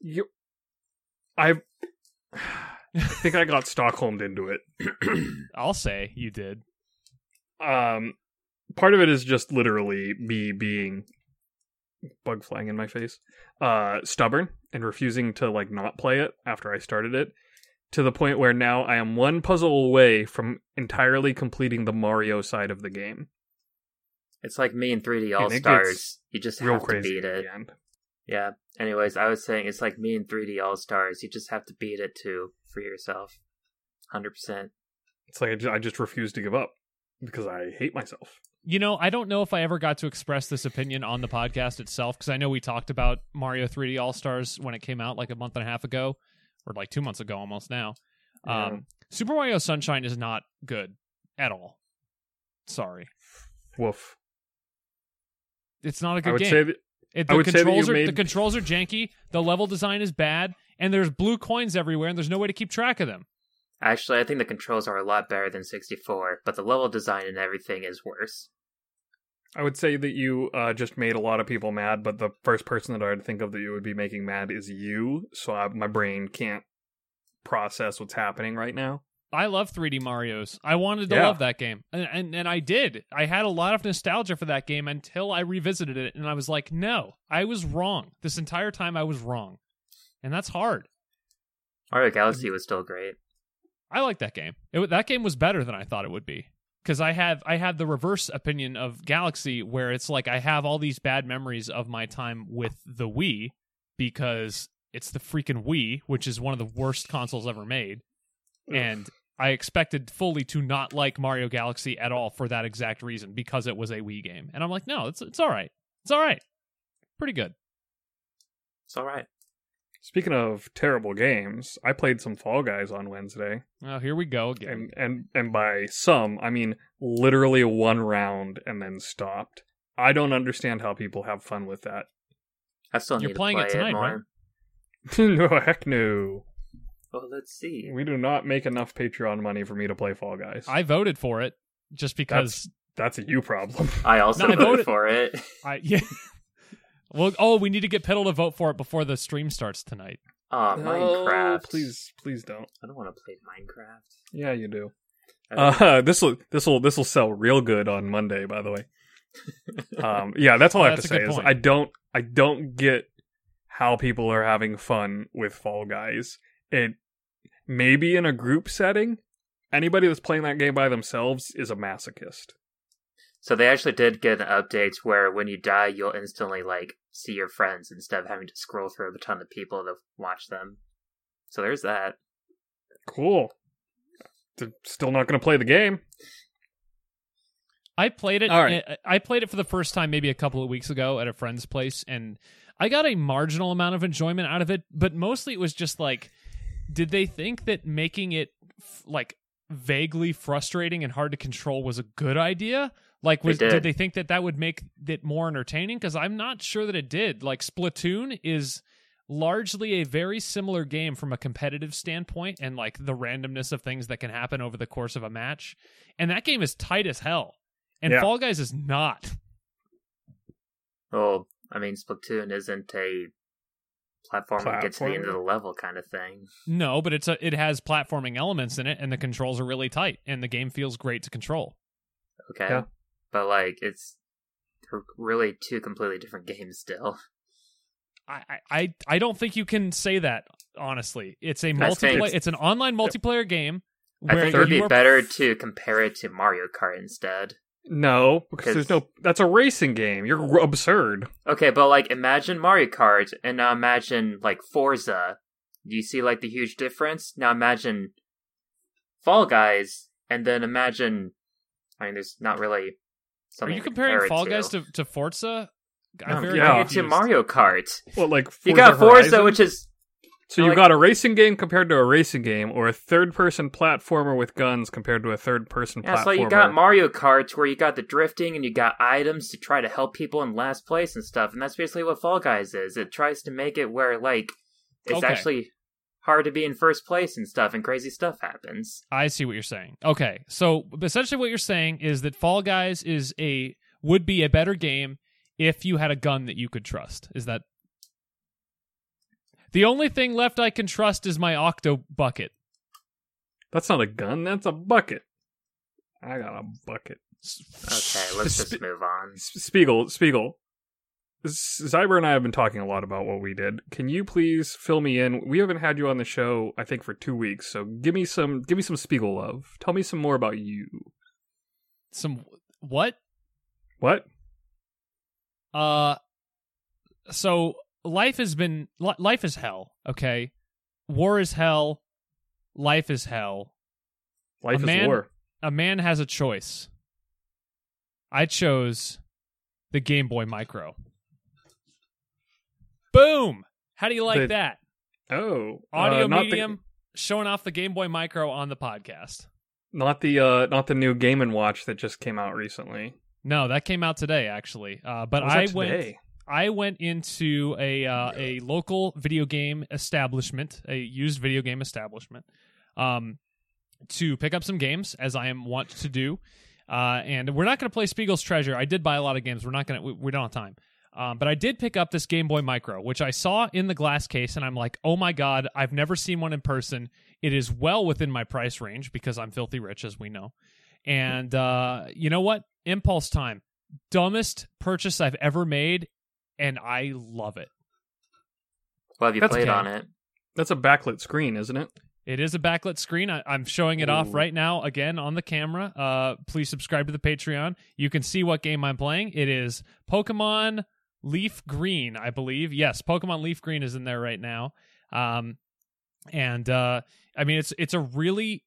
you I [SIGHS] I think I got Stockholmed into it.
I'll say you did.
um part of it is just literally me being bug flying in my face uh stubborn and refusing to like not play it after i started it to the point where now I am one puzzle away from entirely completing the Mario side of the game.
It's like me and 3D
And
All
it gets
Stars. You just
Real
have to
crazy
beat
at
it.
the end.
Yeah. Anyways, I was saying it's like me and 3D All Stars. You just have to beat it too for yourself. 100%.
It's like I just, I just refuse to give up because I hate myself.
You know, I don't know if I ever got to express this opinion on the podcast itself because I know we talked about Mario 3D All Stars when it came out like a month and a half ago, or like two months ago almost now.
Yeah.
Um, Super Mario Sunshine is not good at all. Sorry,
Woof.
it's not a
I
good
would
game.
say that
It,
I
the
would say that you
controls are the
made-
controls are janky. The level design is bad, and there's blue coins everywhere, and there's no way to keep track of them.
Actually, I think the controls are a lot better than 64, but the level design and everything is worse.
I would say that you uh, just made a lot of people mad, but the first person that I would think of that you would be making mad is you. So I, my brain can't process what's happening right now.
I love 3D Mario's. I wanted to
Yeah.
love that game, and, and and I did. I had a lot of nostalgia for that game until I revisited it, and I was like, no, I was wrong. This entire time, I was wrong, and that's hard.
Mario
Mm-hmm.
Galaxy was still great.
I like that game. It, wa- that game was better than I thought it would be because I have I had the reverse opinion of Galaxy, where it's like I have all these bad memories of my time with the Wii because it's the freaking Wii, which is one of the worst consoles ever made, and I expected fully to not like Mario Galaxy at all for that exact reason because it was a Wii game, and I'm like, no, it's it's all right, it's all right, pretty good.
It's alright.
Speaking of terrible games, I played some Fall Guys on Wednesday,
Oh, here we go again.
and and and by some I mean literally one round and then stopped. I don't understand how people have fun with that. [LAUGHS]
I still need
You're
to play
playing it tonight,
more.
right?
no heck no.
Well, let's see.
We do not make enough Patreon money for me to play Fall Guys.
I voted for it just because
That's a you problem.
I also
No, I
voted
voted-
for it. [LAUGHS]
I yeah. [LAUGHS] well, oh, we need to get Piddle to vote for it before the stream starts tonight.
Aw, Minecraft.
Please, please don't.
I don't want to play Minecraft.
Yeah, you do.
Uh,
[LAUGHS] Uh, this will this will this will sell real good on Monday. By [LAUGHS] the way, um, yeah, that's all I have
That's
to
a
say
good
is
point.
I don't I don't get how people are having fun with Fall Guys. It maybe in a group setting, anybody that's playing that game by themselves is a masochist.
so they actually did get an update where when you die, you'll instantly like see your friends instead of having to scroll through a ton of people to watch them. So there's that.
Cool. They're still not going to play the game.
I played it.
All right.
I I played it for the first time maybe a couple of weeks ago at a friend's place, and I got a marginal amount of enjoyment out of it. But mostly, it was just like, did they think that making it f- like vaguely frustrating and hard to control was a good idea? Like,
They
was
did.
did they think that that would make it more entertaining? Because I'm not sure that it did. Like, Splatoon is largely a very similar game from a competitive standpoint and like the randomness of things that can happen over the course of a match. And that game is tight as hell. And
Yeah.
Fall Guys is not.
Well, I mean, Splatoon isn't a platform that gets to the end of
Platformer?
the level kind of thing.
No, but it's a it has platforming elements in it and the controls are really tight and the game feels great to control.
Okay.
Yeah.
But like, it's they're really two completely different [LAUGHS] games still.
I I- I, I don't think you can say that honestly. It's a
I think-
multiplayer it's an online multiplayer game
I
where
think it would
you
be
are-
better to compare it to Mario Kart instead.
No, because
'Cause-
there's no. That's a racing game. You're r- absurd.
Okay, but like imagine Mario Kart and now imagine like Forza. Do you see like the huge difference? Now imagine Fall Guys and then imagine I mean there's not really
Are
something
you
to compare
comparing
it
Fall
to.
Guys to, to Forza?
No, I'm
very
yeah.
comparing it to
confused.
Mario Kart.
Well, like
You
Forza
got Forza
Horizon?
which is
So you
like-
got a racing game compared to a racing game, or a third-person platformer with guns compared to a third-person
yeah,
platformer.
so you got Mario Kart where you got the drifting and you got items to try to help people in last place and stuff, and that's basically what Fall Guys is. It tries to make it where like it's
Okay.
actually hard to be in first place and stuff and crazy stuff happens.
I see what you're saying. Okay, so essentially what you're saying is that Fall Guys is a would be a better game if you had a gun that you could trust. Is that the only thing left I can trust is my octo bucket.
That's not a gun. That's a bucket. I got a bucket.
Okay, let's
[LAUGHS]
Spe-
just move on.
S- Spiegel, Spiegel. Zyber and I have been talking a lot about what we did. Can you please fill me in? We haven't had you on the show, I think, for two weeks. So give me some, give me some Spiegel love. Tell me some more about you.
Some what?
What?
Uh, so life has been li- life is hell. Okay, war is hell. Life is hell.
Life is
man-
war.
A man has a choice. I chose the Game Boy Micro. Boom! How do you like
The-
that?
Oh, uh,
Audio
not
medium showing off the Game Boy Micro on the podcast.
The, not the uh, not the new Game and Watch that just came out recently.
No, that came out today actually. Uh, but
Was
I
that
went.
today?
I went into a uh, a local video game establishment, a used video game establishment, um, to pick up some games as I am wont to do. Uh, and we're not going to play Spiegel's Treasure. I did buy a lot of games. We're not going to. We, we don't have time. Um, but I did pick up this Game Boy Micro, which I saw in the glass case, and I'm like, oh my god, I've never seen one in person. It is well within my price range because I'm filthy rich, as we know. And uh, you know what? Impulse time. Dumbest purchase I've ever made, and I love it.
Well, have you
That's
played
okay.
on it?
That's a backlit screen, isn't it?
It is a backlit screen. I, I'm showing it off
Ooh.
right now again on the camera. Uh, please subscribe to the Patreon. You can see what game I'm playing. It is Pokemon Leaf Green, I believe. Yes, Pokemon Leaf Green is in there right now. Um, and uh, I mean, it's it's a really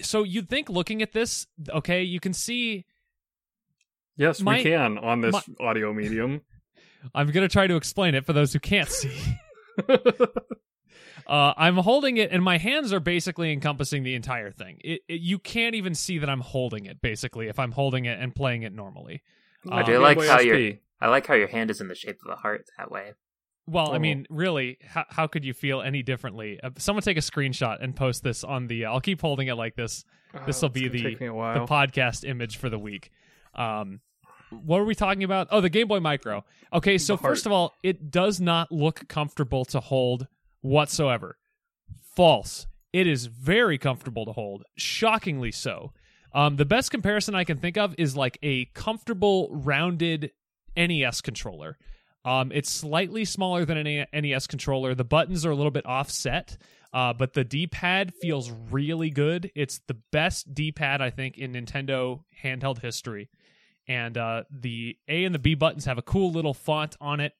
so you'd think looking at this, okay, you can see.
Yes,
My-
we can on this audio
[LAUGHS]
medium.
I'm gonna try to explain it for those who can't see. Uh, I'm holding it, and my hands are basically encompassing the entire thing. It, it, you can't even see that I'm holding it, basically, if I'm holding it and playing it normally. I do
Game
like
Boy
how
SP.
you're- I like how your hand is in the shape of a heart that way.
Well, I
Oh.
mean, really, how, how could you feel any differently? Uh, someone take a screenshot and post this on the. I'll keep holding it like this,
Oh,
This'll be
it's gonna
the-
take me a
the
while.
podcast image for the week. Um, what were we talking about? Oh, the Game Boy Micro. Okay, so
The heart.
first of all, it does not look comfortable to hold whatsoever. False. It is very comfortable to hold, shockingly so. Um, the best comparison I can think of is like a comfortable, rounded NES controller. Um, it's slightly smaller than an NES controller. The buttons are a little bit offset, uh, but the D-pad feels really good. It's the best D-pad I think in Nintendo handheld history. And uh, the A and the B buttons have a cool little font on it,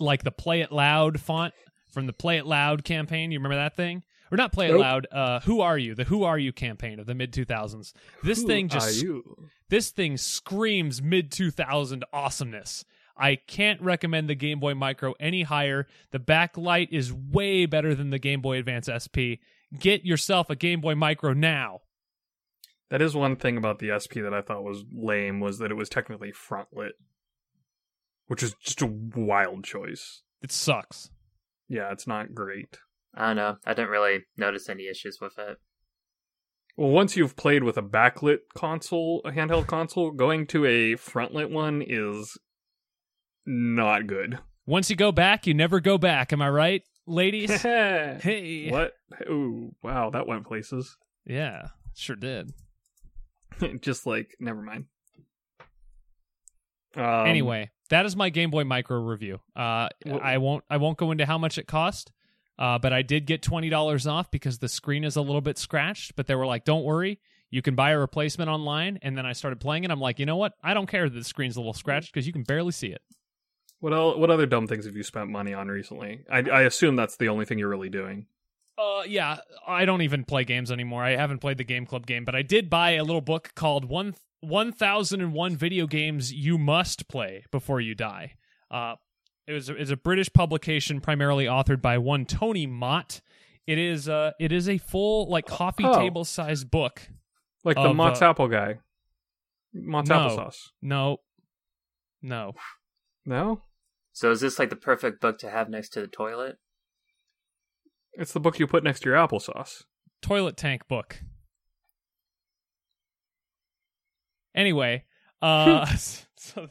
like the "Play It Loud" font from the "Play It Loud" campaign. You remember that thing? Or not "Play It
Nope.
Loud"? Uh, "Who Are You?" The "Who Are You" campaign of the mid 2000s. This
Who
thing just
are you?
this thing screams mid 2000 awesomeness. I can't recommend the Game Boy Micro any higher. The backlight is way better than the Game Boy Advance SP. Get yourself a Game Boy Micro now.
That is one thing about the SP that I thought was lame was that it was technically frontlit, which is just a wild choice.
It sucks.
Yeah, it's not great.
I don't know. I didn't really notice any issues with it.
Well, once you've played with a backlit console, a handheld console, going to a frontlit one is not good.
Once you go back, you never go back. Am I right,
[LAUGHS]
ladies?
what?
hey.
Oh, wow, that went places.
Yeah, sure did.
[LAUGHS] just like, never mind. Um,
anyway, that is my Game Boy Micro review. Uh,
Wh-
I won't I won't go into how much it cost, uh, but I did get twenty dollars off because the screen is a little bit scratched. But they were like, "Don't worry, you can buy a replacement online." And then I started playing it. I'm like, you know what? I don't care that the screen's a little scratched because you can barely see it.
what el- what other dumb things have you spent money on recently? I, I assume that's the only thing you're really doing.
Uh, yeah, I don't even play games anymore. I haven't played the Game Club game, but I did buy a little book called One One Thousand and One Video Games You Must Play Before You Die. Uh, it was it's a British publication, primarily authored by one Tony Mott. It is uh, it is a full like coffee
Oh.
table sized book.
Like the
of,
Mott's
uh,
apple guy. Mott's
No.
applesauce.
No, no,
No?
So is this like the perfect book to have next to the toilet?
It's the book you put next to your applesauce.
toilet tank book. [LAUGHS] Anyway, uh, so You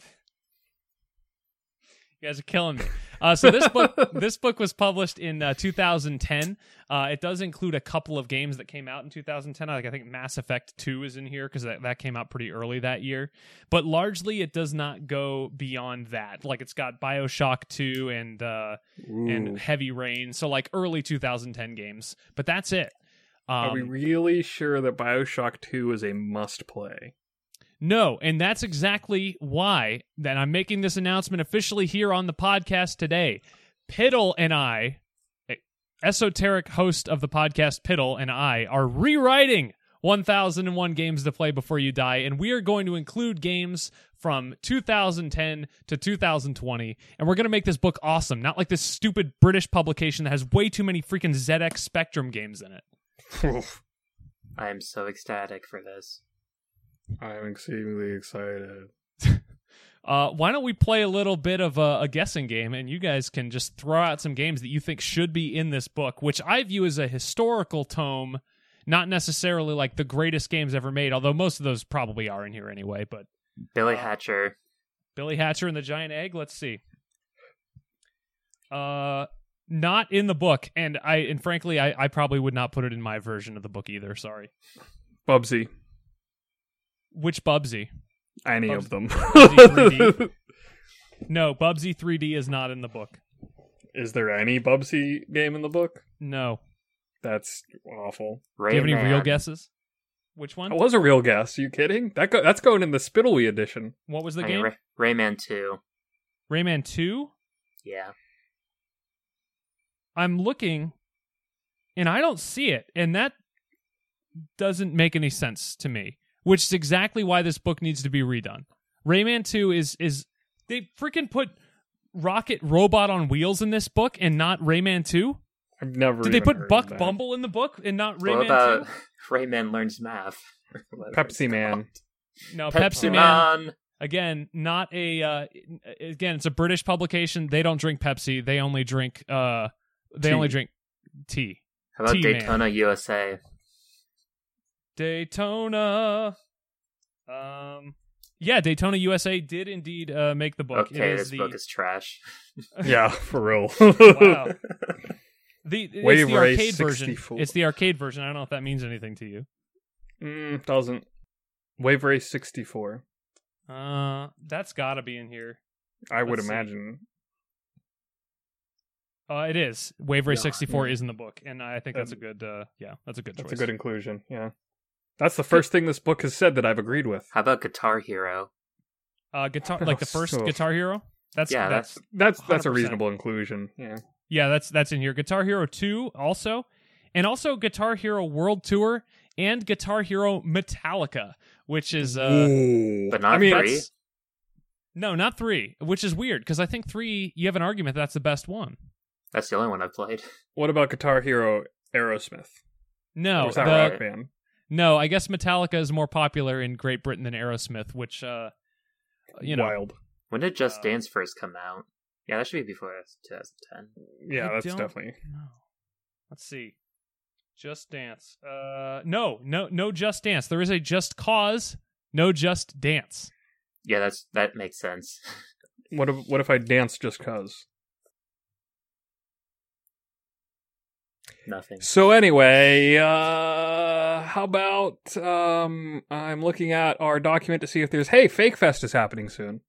guys are killing me. Uh, so this book this book was published in uh, 2010. Uh, it does include a couple of games that came out in 2010. Like I think Mass Effect 2 is in here because that, that came out pretty early that year. But largely, it does not go beyond that. Like it's got Bioshock 2 and uh, and
Ooh.
Heavy Rain. So like early 2010 games. But that's it.
Are we
Um,
really sure that Bioshock 2 is a must play?
no, and that's exactly why that I'm making this announcement officially here on the podcast today. Piddle and I, eh, esoteric host of the podcast Piddle and I, are rewriting 1001 Games to Play Before You Die, and we are going to include games from 2010 to 2020, and we're going to make this book awesome, not like this stupid British publication that has way too many freaking ZX Spectrum games in it.
I am so ecstatic for this.
I'm exceedingly excited.
Uh, why don't we play a little bit of a, a guessing game, and you guys can just throw out some games that you think should be in this book, which I view as a historical tome, not necessarily like the greatest games ever made, although most of those probably are in here anyway. But
Billy
Uh,
Hatcher.
Billy Hatcher and the Giant Egg, let's see. Uh, not in the book, and I and frankly, I, I probably would not put it in my version of the book either. Sorry.
Bubsy,
Which Bubsy?
any of them. [LAUGHS]
Bubsy 3D. No, Bubsy 3D is not in the book.
is there any Bubsy game in the book?
No.
That's awful.
Do you have any
Rayman. Oh,
real guesses? Which one?
That was a real guess. you kidding? That go- that's going in the Spittlewee edition.
What was the
I mean,
game?
Ray- Rayman 2.
Rayman 2?
Yeah.
I'm looking and I don't see it. And that doesn't make any sense to me, which is exactly why this book needs to be redone. Rayman 2 is is they freaking put Rocket Robot on Wheels in this book and not Rayman 2?
I've never.
Did they
even heard
put
of
Buck
that.
Bumble in the book and not
what
Rayman
about [LAUGHS] Rayman Learns Math? [LAUGHS] Or whatever it's
Pepsi
[LAUGHS]
Man.
called. Um,
2? No, Pepsi Man. again not a uh, again it's a british publication they don't drink pepsi they only drink uh they
Tea.
only drink tea
How about
T-Man.
Daytona USA?
daytona um yeah daytona usa did indeed uh make the book
okay,
it
this
is the
book is trash.
Yeah, for real.
wow the it's
Wave
the
Race
arcade version
64.
it's the arcade version i don't know if that means anything to you
[LAUGHS] Mm, doesn't. Wave Race 64.
uh that's gotta be in here
I would
Let's see.
imagine.
uh, it is. Wave Race
Yeah, Um,
64
yeah.
is in the book, and I think that's a good. Uh, yeah, that's a good
That's
choice.
a good inclusion. Yeah. That's the first thing this book has said that I've agreed with.
How about Guitar Hero?
uh, guitar, like the first
Oh.
Guitar Hero. That's
Yeah,
that's
That's that's a
100%.
reasonable inclusion. Yeah.
Yeah, that's that's in here. Guitar Hero 2 also, and also Guitar Hero World Tour and Guitar Hero Metallica, which is uh
But not
I mean,
three.
that's- No, not 3, which is weird because I think 3 you have an argument that's the best one.
That's the only one I've played. [LAUGHS]
What about Guitar Hero Aerosmith?
No,
Or is that
Oh, the-
right?
Rock Band?
no, I guess Metallica is more popular in Great Britain than Aerosmith, which uh you know,
Wild.
When did Just
Uh,
Dance first come out? Yeah, that should be before 2010.
Yeah,
I
that's
don't-
definitely.
No. Let's see. Just Dance. Uh no, no no Just Dance. There is a Just Cause, no Just Dance.
Yeah, that's that makes sense. [LAUGHS]
What if, what if I dance just cause?
Nothing.
So anyway, uh how about um I'm looking at our document to see if there's hey, Fake Fest is happening soon.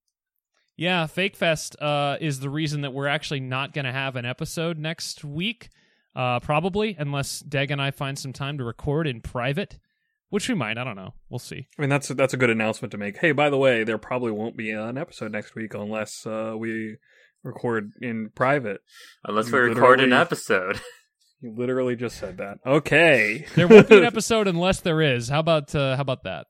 Yeah, Fake Fest uh, is the reason that we're actually not going to have an episode next week, uh, probably, unless Deg and I find some time to record in private, which we might. I don't know. We'll see.
I mean that's that's a good announcement to make. Hey, by the way, there probably won't be an episode next week unless uh we record in private.
Unless we record an
Literally-
episode. [LAUGHS]
You literally just said that. Okay.
There won't be
[LAUGHS]
an episode unless there is. How about uh, how about that?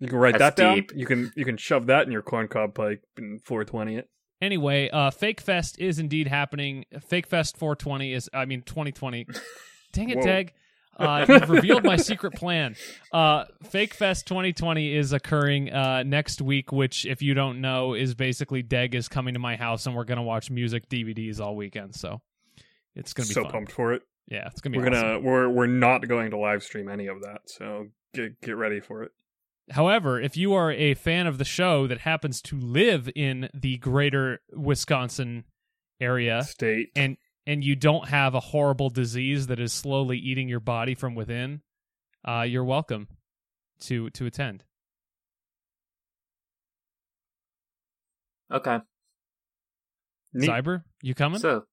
You can write that
That's
down.
deep.
You can you can shove that in your corncob pipe and 420 it.
Anyway, uh, Fake Fest is indeed happening. Fake Fest 420 is, I mean,
[LAUGHS]
2020. Dang it,
Whoa.
Deg. Uh, you've revealed my secret plan. Uh, Fake Fest 2020 is occurring uh, next week, which, if you don't know, is basically Deg is coming to my house and we're going to watch music DVDs all weekend. So it's going to be
so
fun.
pumped for it.
Yeah, it's going to be
we're
awesome.
gonna we're we're not going to live stream any of that. So get get ready for it.
However, if you are a fan of the show that happens to live in the greater Wisconsin area
State.
and and you don't have a horrible disease that is slowly eating your body from within, uh, you're welcome to to attend.
Okay.
Neat.
Cyber, you coming?
So,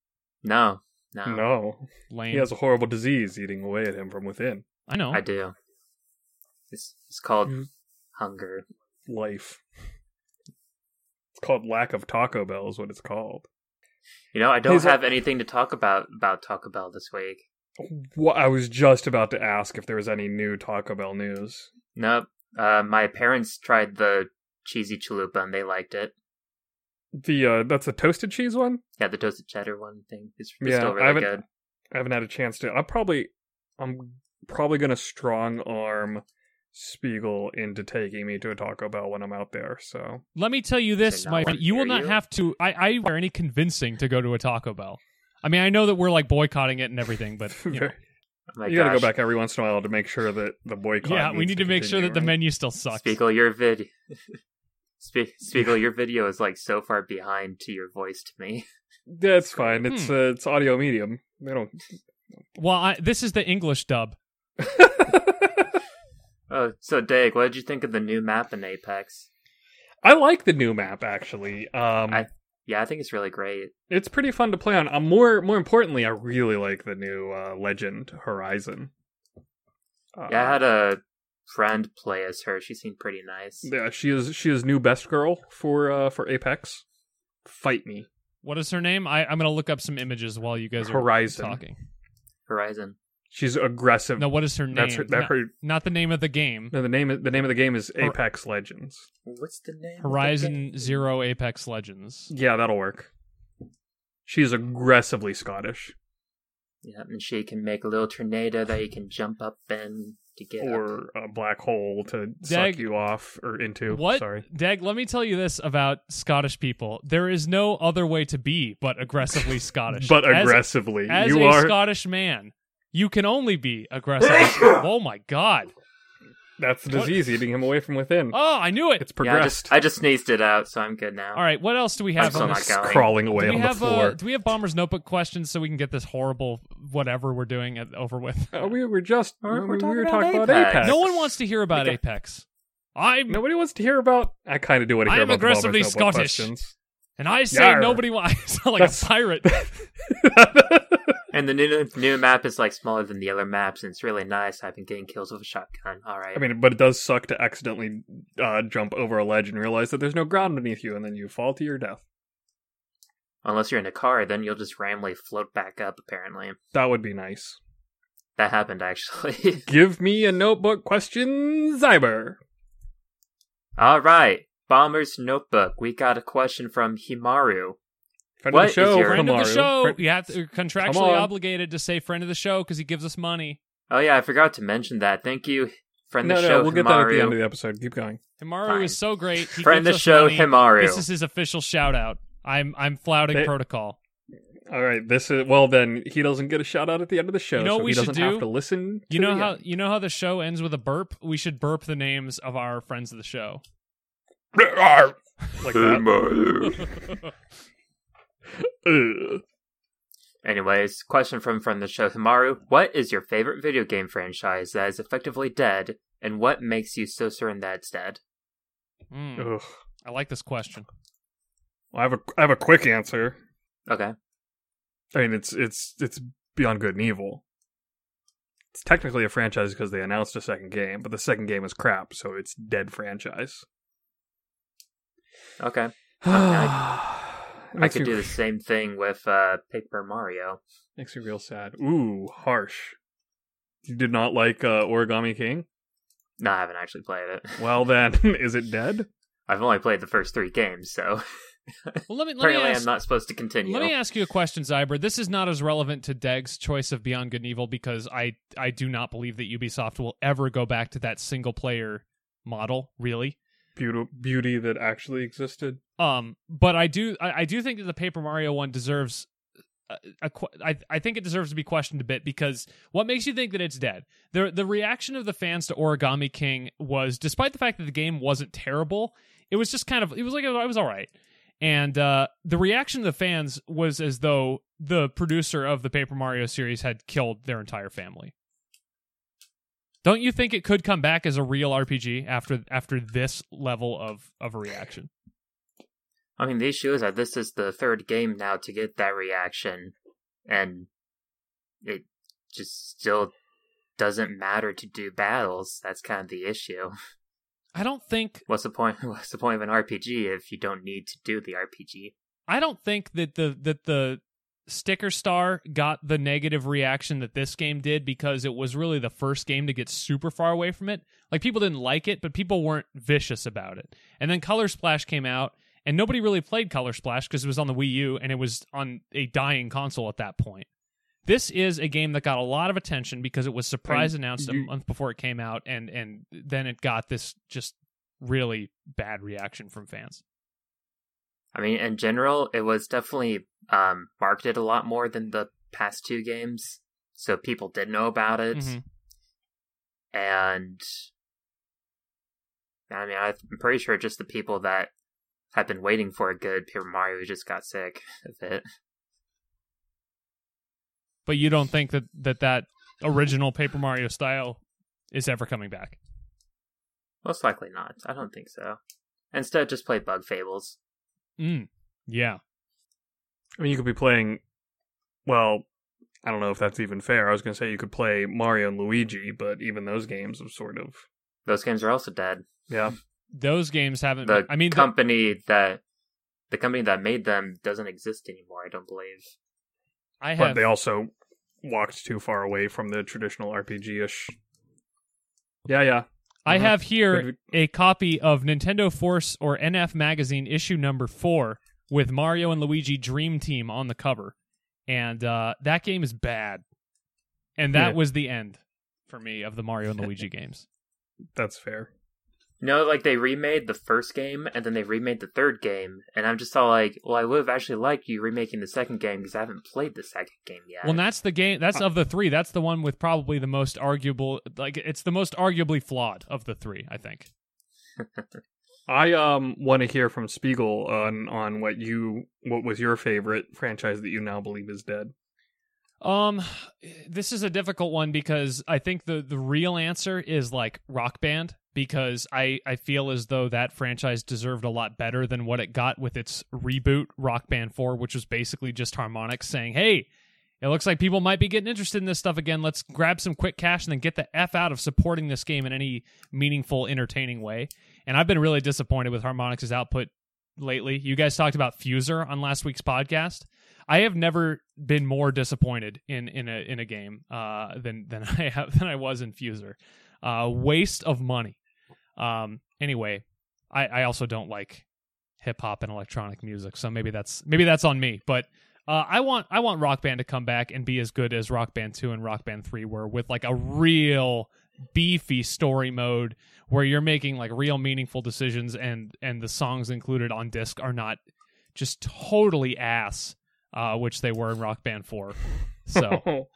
no, no,
No.
Lame.
He has a horrible disease eating away at him from within.
I know.
I do. It's, it's called
Mm.
hunger.
Life. It's called lack of Taco Bell, is what it's called.
You know, I don't
He's like-
have anything to talk about about Taco Bell this week.
Wha I was just about to ask if there was any new Taco Bell news.
Nope. Uh, my parents tried the cheesy chalupa and they liked it.
The uh that's the toasted cheese one?
Yeah, the toasted cheddar one thing is is
Yeah,
still
I
really
haven't-
good.
I haven't had a chance to I'm probably I'm probably gonna strong arm Spiegel into taking me to a Taco Bell when I'm out there, so [LAUGHS]
Let me tell you this,
not
my friend.
want to
You will
hear
not
you?
have to. I, I require any convincing to go to a Taco Bell. I mean, I know that we're like boycotting it and everything,
[LAUGHS]
but you, know,
Oh my
you gotta go
gosh.
back every once in a while to make sure that the boycott.
yeah, we
needs
need to make sure
continue,
that the
right?
menu still sucks.
Spiegel, your vid. [LAUGHS] Spe- Spiegel, your video is like so far behind to your voice to me. [LAUGHS]
That's fine.
Hmm.
It's uh, it's audio medium. They don't.
Well, I, this is the English dub. [LAUGHS]
Oh, so Dag, what did you think of the new map in Apex?
I like the new map actually. Um,
I- Yeah, I think it's really great.
it's pretty fun to play on. Uh, more more importantly, I really like the new uh, Legend Horizon. Uh,
Yeah, I had a friend play as her. She seemed pretty nice.
yeah, she is she is new best girl for uh, for Apex. Fight me,
What is her name? I, I'm gonna look up some images while you guys are
Horizon.
talking.
Horizon.
She's aggressive.
No, what is her name?
that's her, that
not,
her.
not the name of the game.
No, the name the name of the game is
Hor-
Apex Legends.
What's the name? of the
Horizon
game?
Zero Apex Legends.
Yeah, that'll work. She's aggressively Scottish.
Yeah, and she can make a little tornado that you can jump up in to get up.
or a black hole to
Dag-
suck you off or into.
What?
Sorry.
Dag, let me tell you this about Scottish people. There is no other way to be but aggressively Scottish.
But
As
aggressively,
As
you
a
are.
Scottish man, you can only be
[LAUGHS]
aggressive. oh my god!
that's the disease eating him away from within.
Oh, I knew it.
It's
Yeah, I
progressed.
just, I just sneezed it out, so I'm good now.
All right, what else do we have?
still
on
[LAUGHS]
not
this?
got-
It's
going.
crawling away
do we
on
have
the floor.
Uh, do we have bomber's notebook questions so we can get this horrible whatever we're doing at, over
[LAUGHS]
with?
Uh, we were just
We're-
we
we're
were
talking
talking
about
about
Apex.
Apex.
no one wants to hear about
Okay.
Apex. I'm
Nobody wants to hear about. I kind of do want to hear
I'm
about. the
aggressively
Bubba's Notebool
Scottish.
questions. [LAUGHS]
and I say
Yar.
nobody wants. [LAUGHS] I sound like
That's-
a pirate.
And the new new map is like smaller than the other maps, and it's really nice. I've been getting kills with a shotgun. All right.
I mean, but it does suck to accidentally uh, jump over a ledge and realize that there's no ground beneath you, and then you fall to your death.
unless you're in a car, then you'll just randomly float back up. Apparently,
That would be nice.
that happened actually. [LAUGHS]
Give me a notebook question, Zyber.
All right, bomber's notebook. We got a question from Himaru.
Friend
What
of the
is
show,
your-
friend of the
Kamaru.
show.
Friend-
you have to, you're
Come
contractually
on.
obligated to say friend of the show because he gives us money.
Oh yeah, I forgot to mention that. Thank you, friend of
no, no,
the show.
we'll
Himaru.
get that at the end of the episode. Keep going.
Himaru
Fine.
is so great. He
friend of
gives
the
us
show,
money.
Himaru.
This is his official shout out. I'm I'm flouting
They-
protocol.
All right, this is well. Then he doesn't get a shout out at the end of the show,
You know what
so
we
he
should
doesn't
do?
have to listen. To
You know
the
how
end.
you know how the show ends with a burp. We should burp the names of our friends of the show.
like that.
[LAUGHS]
Ugh.
Anyways, question from from the show Himaru. What is your favorite video game franchise that is effectively dead, and what makes you so certain that it's dead?
Mm,
Ugh.
I like this question.
I have a I have a quick answer.
Okay,
I mean, it's it's it's Beyond Good and Evil. It's technically a franchise because they announced a second game, but the second game is crap, so it's dead
[SIGHS]
franchise.
okay. I
Makes
could
me-
do the same thing with uh, Paper Mario.
Makes me real sad. Ooh, harsh. You did not like uh, Origami King?
No, I haven't actually played it.
Well, then, [LAUGHS] is it dead?
[LAUGHS] I've only played the first three games, so
Well, let me let me
apparently
ask,
I'm not supposed to continue.
let me ask you a question, Zyber. This is not as relevant to Deg's choice of Beyond Good and Evil because I I do not believe that Ubisoft will ever go back to that single player model. Really,
Beauty, beauty that actually existed.
Um, but I do I, I do think that the Paper Mario one deserves a que- I I think it deserves to be questioned a bit because what makes you think that it's dead? The the reaction of the fans to Origami King was, despite the fact that the game wasn't terrible, it was just kind of it was like I was all right, and uh, the reaction of the fans was as though the producer of the Paper Mario series had killed their entire family. Don't you think it could come back as a real RPG after after this level of of a reaction?
I mean, the issue is that this is the third game now to get that reaction, and it just still doesn't matter to do battles. That's kind of the issue.
I don't think
What's the point? [LAUGHS] What's the point of an RPG if you don't need to do the RPG?
I don't think that the that the sticker star got the negative reaction that this game did because it was really the first game to get super far away from it. Like people didn't like it, but people weren't vicious about it. And then Color Splash came out and nobody really played Color Splash because it was on the Wii U and it was on a dying console at that point. This is a game that got a lot of attention because it was surprise announced a
you-
month before it came out and and then it got this just really bad reaction from fans.
I mean, in general, it was definitely um, marketed a lot more than the past two games, so people did know about it.
Mhm.
and I mean, I'm pretty sure just the people that had been waiting for a good Paper Mario just got sick of it.
but you don't think that that, that original Paper Mario style is ever coming back.
Most likely not. I don't think so. Instead, just play Bug Fables.
Mm. Yeah.
I mean, you could be playing. Well, I don't know if that's even fair. I was going to say you could play Mario and Luigi, but even those games have sort of.
Those games are also dead.
Yeah.
Those games haven't.
The
I mean, the-
company that the company that made them doesn't exist anymore. I don't believe.
I
But
have.
they also walked too far away from the traditional RPG ish. Yeah, yeah.
I
Mhm.
have here
Good-
a copy of Nintendo Force or NF Magazine issue number four with Mario and Luigi Dream Team on the cover, and uh, that game is bad. And that
Yeah.
was the end for me of the Mario and Luigi games.
That's fair.
You know, like they remade the first game and then they remade the third game, and I'm just all like, well, I would have actually liked you remaking the second game because I haven't played the second game yet.
Well, and that's the game. That's of the three. That's the one with probably the most arguable. Like it's the most arguably flawed of the three. I think.
I um want to hear from Spiegel on on what you what was your favorite franchise that you now believe is dead.
Um, this is a difficult one because I think the the real answer is like Rock Band because I I feel as though that franchise deserved a lot better than what it got with its reboot Rock Band 4 which was basically just harmonics saying, "Hey, it looks like people might be getting interested in this stuff again. Let's grab some quick cash and then get the F out of supporting this game in any meaningful, entertaining way." And I've been really disappointed with Harmonix's output lately. You guys talked about Fuser on last week's podcast. I have never been more disappointed in in a in a game uh, than than [LAUGHS] I have than I was in Fuser. Uh, waste of money. Um, anyway, I, I also don't like hip hop and electronic music, so maybe that's maybe that's on me. But uh, I want I want Rock Band to come back and be as good as Rock Band Two and Rock Band Three were, with like a real beefy story mode where you're making like real meaningful decisions and and the songs included on disc are not just totally ass uh, which they were in Rock Band 4.
[LAUGHS]
So,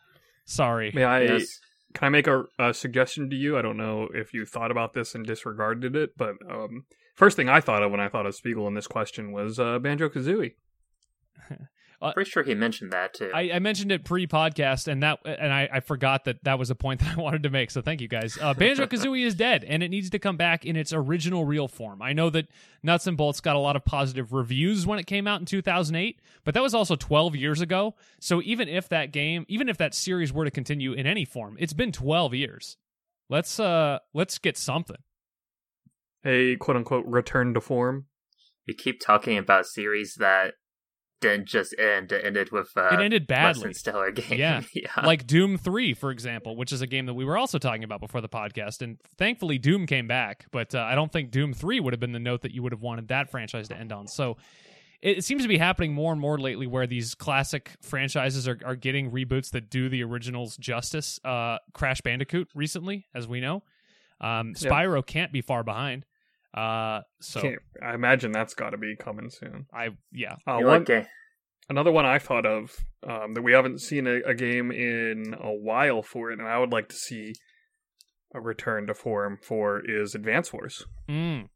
sorry.
May I
Yes.
can I make a, a suggestion to you? I don't know if you thought about this and disregarded it, but um, first thing I thought of when I thought of Spiegel in this question was uh, Banjo Kazooie.
Pretty sure he mentioned that too.
I, I mentioned it pre-podcast, and that, and I, I forgot that that was a point [LAUGHS] that I wanted to make. So thank you guys. Uh, Banjo Kazooie is dead, and it needs to come back in its original real form. I know that Nuts and Bolts got a lot of positive reviews when it came out in 2008, but that was also 12 years ago. So even if that game, even if that series were to continue in any form, it's been 12 years. Let's uh, let's get something.
A quote unquote return to form.
You keep talking about series that didn't just end; it ended with uh,
It ended
less
badly.
than stellar [LAUGHS] game.
Yeah. like Doom 3, for example, which is a game that we were also talking about before the podcast. And thankfully, Doom came back, but uh, I don't think Doom 3 would have been the note that you would have wanted that franchise to end on. So it, it seems to be happening more and more lately where these classic franchises are, are getting reboots that do the originals justice. Uh, Crash Bandicoot recently, as we know. Um,
Yeah.
Spyro can't be far behind. Uh, so
Can't- I imagine that's got to be coming soon.
I, yeah.
Uh,
You
one,
like, ga-
Another one I thought of um, that we haven't seen a, a game in a while for it, and I would like to see a return to form for is Advance Wars.
Mm.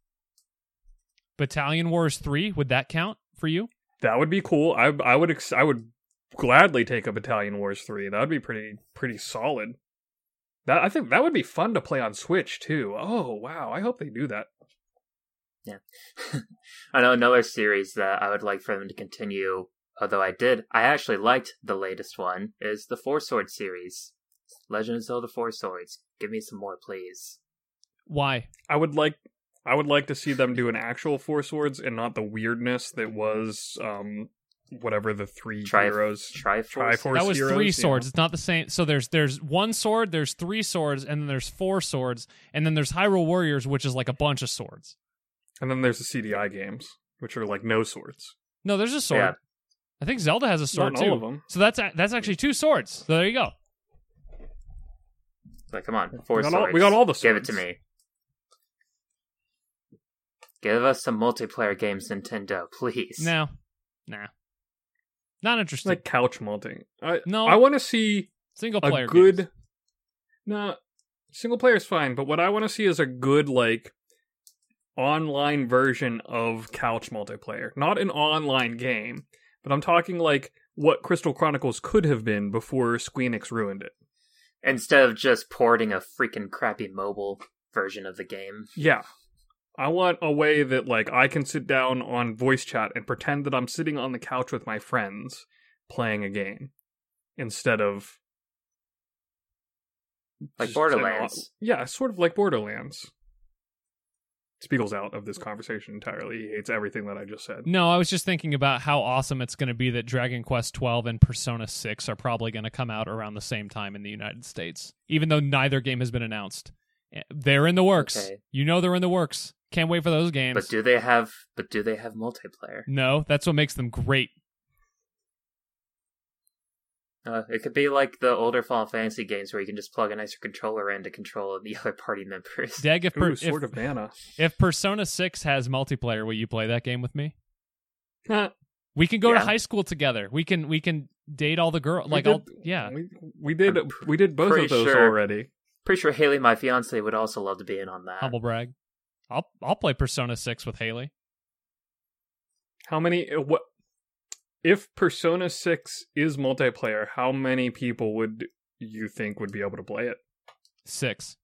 Battalion Wars 3, would that count for you?
That would be cool. I I would ex- I would gladly take a Battalion Wars three. That would be pretty pretty solid. That I think that would be fun to play on Switch too. Oh wow! I hope they do that.
[LAUGHS] I know another series that I would like for them to continue, although I did, I actually liked the latest one, is the Four Swords series. Legend of Zelda Four Swords. Give me some more, please.
Why?
I would like I would like to see them do an actual Four Swords and not the weirdness that was um whatever the three
Tri-
heroes.
Triforce.
Triforce.
That was
heroes,
three
yeah.
swords. It's not the same. So there's there's one sword, there's three swords, and then there's four swords, and then there's Hyrule Warriors, which is like a bunch of swords.
And then there's the CDI games, which are like no swords.
No, there's a sword.
Yeah.
I think Zelda has a sword
not
too.
all of them.
So that's a- that's actually two swords. So there you go.
Like, come on, Four
We got all-
Swords.
we got all the
Give it to
swords.
me. Give us some multiplayer games, Nintendo, please.
No, nah, not interested.
Like couch multi. I
No.
I want to see
Single
a
player.
good
games.
no single player is fine but what i want to see is a good like online version of couch multiplayer not an online game but i'm talking like what crystal chronicles could have been before squeenix ruined it
Instead of just porting a freaking crappy mobile version of the game.
yeah i want a way that like i can sit down on voice chat and pretend that i'm sitting on the couch with my friends playing a game instead of
Like
Just an
Borderlands.
au- yeah, sort of like Borderlands. Spiegel's out of this conversation entirely. He hates everything that I just said.
No, I was just thinking about how awesome it's going to be that Dragon Quest 12 and Persona 6 are probably going to come out around the same time in the United States, even though neither game has been announced. Eh, They're in the works.
Okay.
You know they're in the works. Can't wait for those games.
But do they have? But do they have multiplayer?
no, that's what makes them great.
Uh, it could be like the older Final Fantasy games where you can just plug an extra controller in to control [LAUGHS] the other party members.
Deg, if, per-
Ooh,
if,
sort
[LAUGHS]
of mana.
if Persona 6 has multiplayer, will you play that game with me?
Nah,
We can go to
Yeah.
high school together. We can we can date all the girls.
we
Like
did-
all yeah.
we, we did
I'm pr-
we did both
pretty
of those
sure-
already.
Pretty sure Haley, my fiance, would also love to be in on that.
Humble brag. I'll I'll play Persona 6 with Haley.
How many? uh, What if Persona Six is multiplayer? How many people would you think would be able to play it?
6.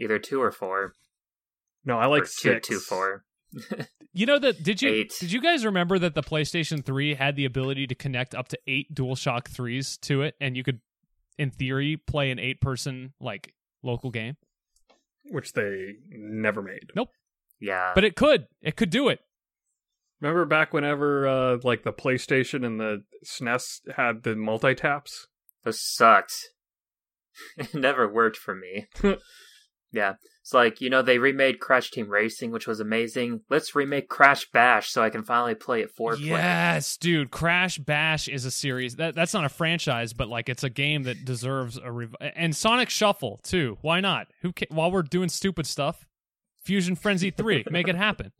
Either two or four,
No, I like
or two,
six.
two, four.
You know that did you
Eight.
did you guys remember that the PlayStation 3 had the ability to connect up to 8 DualShock 3s to it and you could in theory play an 8 person like local game?
which they never made. Uh,
Yeah,
But it could. It could do it.
Remember back whenever uh, like the PlayStation and the SNES had the multi taps.
those sucked. [LAUGHS] it never worked
[LAUGHS]
for me. yeah, it's like you know they remade Crash Team Racing, which was amazing. Let's remake Crash Bash so I can finally play it four player.
Yes, dude. Crash Bash is a series. That that's not a franchise, but like it's a game that deserves a rev- and Sonic Shuffle too. Why not? Who ca- while we're doing stupid stuff, Fusion Frenzy 3, make it happen.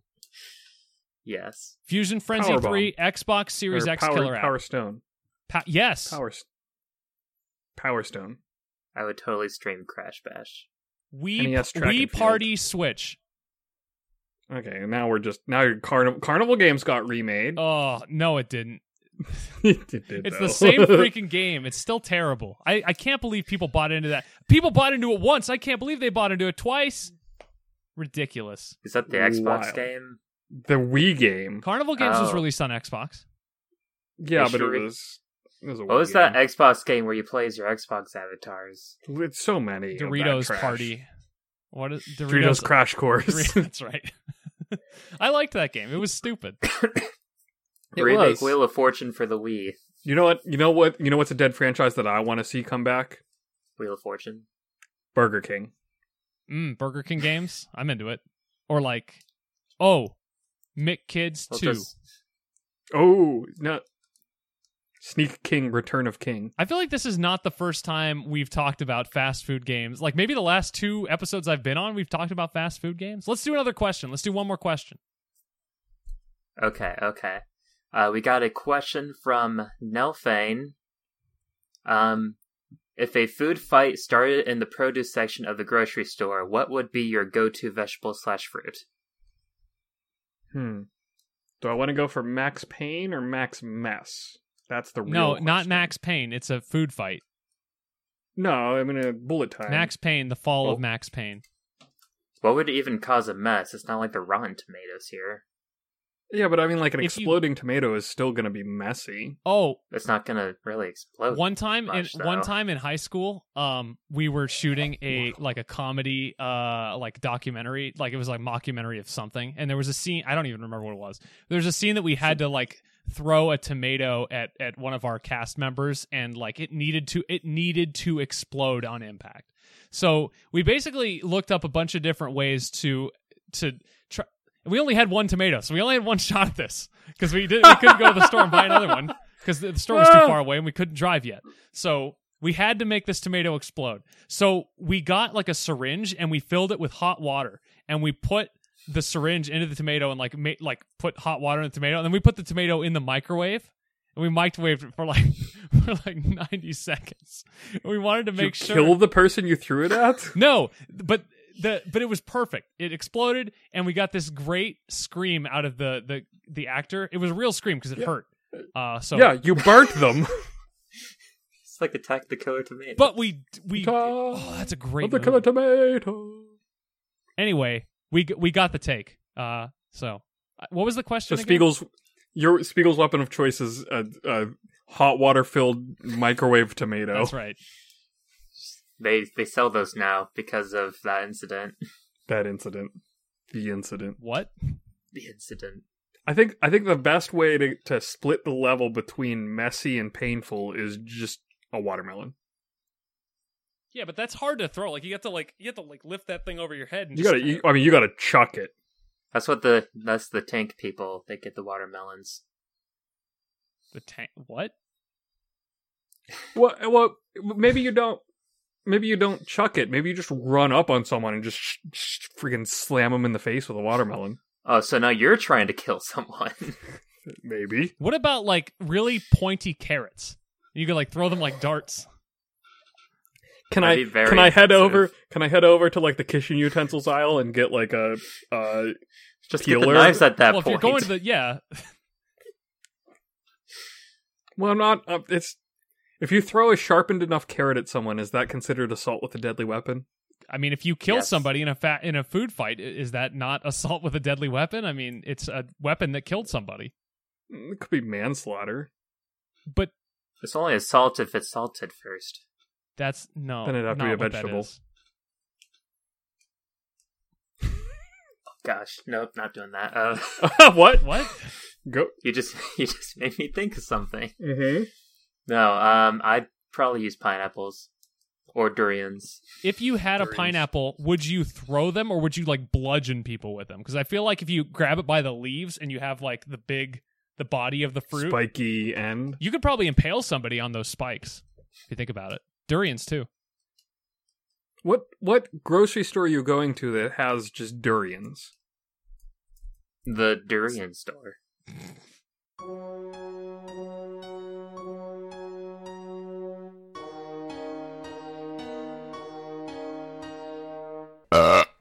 Yes,
Fusion Frenzy
Powerbomb.
3, Xbox Series
Or
X
power,
killer app.
Power Stone.
Pa- yes.
Power. S- Power Stone.
I would totally stream Crash Bash.
We
NES track
we
and field.
party switch.
Okay, and now we're just now your carnival carnival games got remade.
Oh no, it didn't.
[LAUGHS] It did,
It's
though.
the same
[LAUGHS]
freaking game. It's still terrible. I I can't believe people bought into that. People bought into it once. I can't believe they bought into it twice. Ridiculous.
Is that the Xbox
Wild.
game?
the Wii game.
Carnival Games was
Oh.
released on Xbox.
Yeah,
They
but
sure-
it was. It was a
What
Wii
was that
game.
Xbox game where you play as your Xbox avatars?
It's so many. of that
Doritos
trash.
Party. What is
Doritos,
Doritos? uh, [LAUGHS]
Crash Course.
That's right. [LAUGHS] I liked that game. It was stupid.
It
Remake
was.
Wheel of Fortune for the Wii.
you know what? You know what? You know what's a dead franchise that I want to see come back?
Wheel of Fortune.
Burger King.
Mm, Burger King games. I'm into it. Or like, oh, Mick Kids
Well,
Two.
just-
Oh no! Sneak King, Return of King.
I feel like this is not the first time we've talked about fast food games. Like maybe the last two episodes I've been on, we've talked about fast food games. Let's do another question. Let's do one more question.
Okay, okay. Uh, we got a question from Nelfane. Um, if a food fight started in the produce section of the grocery store, what would be your go-to vegetable slash fruit?
Hmm. Do I want to go for Max Payne or Max Mess? That's the real
no, not
question.
Max Payne. It's a food fight.
No, I'm in a bullet time.
Max Payne, the fall of
Oh.
Max Payne.
What would even cause a mess? It's not like the Rotten Tomatoes here.
Yeah, but I mean, like an
If you-
exploding tomato is still going to be messy.
Oh,
It's not gonna really explode.
one time in
Gosh,
one
though.
time in high school, um, we were shooting a like a comedy, uh, like documentary, like it was like mockumentary of something, and there was a scene I don't even remember what it was. There's a scene that we had to like throw a tomato at at one of our cast members, and like it needed to it needed to explode on impact. So we basically looked up a bunch of different ways to to try. We only had one tomato, so we only had one shot at this because we did we couldn't go to the store and buy another one because the, the store was too far away and we couldn't drive yet. So we had to make this tomato explode. So we got like a syringe and we filled it with hot water and we put the syringe into the tomato and like ma- like put hot water in the tomato and then we put the tomato in the microwave and we microwaved it for like [LAUGHS] for like 90 seconds. And we wanted to
Did you
make sure
kill the person you threw it at.
no, but the but it was perfect. It exploded, and we got this great scream out of the the the actor. It was a real scream because it hurt. Uh, [LAUGHS] so
Yeah, you burnt them.
It's like attack the killer tomato.
but we we
Time
oh, that's a [LAUGHS] great.
Of the
movie.
killer tomato.
Anyway, we g- we got the take. Uh, so uh, what was the
So
question? again?
Spiegel's your Spiegel's weapon of choice is a, a hot water filled microwave tomato.
That's right.
they they sell those now because of that incident.
That incident, the incident.
What?
The incident.
I think I think the best way to to split the level between messy and painful is just a watermelon.
Yeah, but that's hard to throw. Like you have to like you have to like lift that thing over your head. And
You gotta, you, I mean, you gotta chuck it.
That's what the that's the tank people. They get the watermelons.
the tank. What?
Well, well, maybe you don't. Maybe you don't chuck it. Maybe you just run up on someone and just, sh- sh- freaking slam them in the face with a watermelon.
Oh, so now you're trying to kill [LAUGHS] someone.
Maybe.
What about like really pointy carrots? You could like throw them like darts.
Can
That'd
I
be very
can I head
expensive.
over? Can I head over to like the kitchen utensils aisle and get like a uh,
Just get the
Peeler?
knives at that
well,
point.
if you're going to the yeah,
Well, I'm not. Uh, it's if you throw a sharpened enough carrot at someone, is that considered assault with a deadly weapon?
I mean, if you kill
Yes.
somebody in a fa- in a food fight, i- is that not [LAUGHS] assault with a deadly weapon? I mean, it's a weapon that killed somebody.
Mm, It could be manslaughter.
But
It's only assault if it's salted first.
that's no.
Then it'd have to
not
be a
what that
vegetable.
is.
Gosh, nope, not doing that. Uh,
[LAUGHS]
what?
What?
Go.
[LAUGHS] you just [LAUGHS] you just made me think of something.
Mm-hmm.
No, um, I'd probably use pineapples or durians.
If you had a
Durians.
pineapple, would you throw them or would you like bludgeon people with them? Because I feel like if you grab it by the leaves and you have like the big the body of the fruit,
Spiky end.
you could probably impale somebody on those spikes. If you think about it, durians too.
What what grocery store are you going to that has just durians?
The durian store.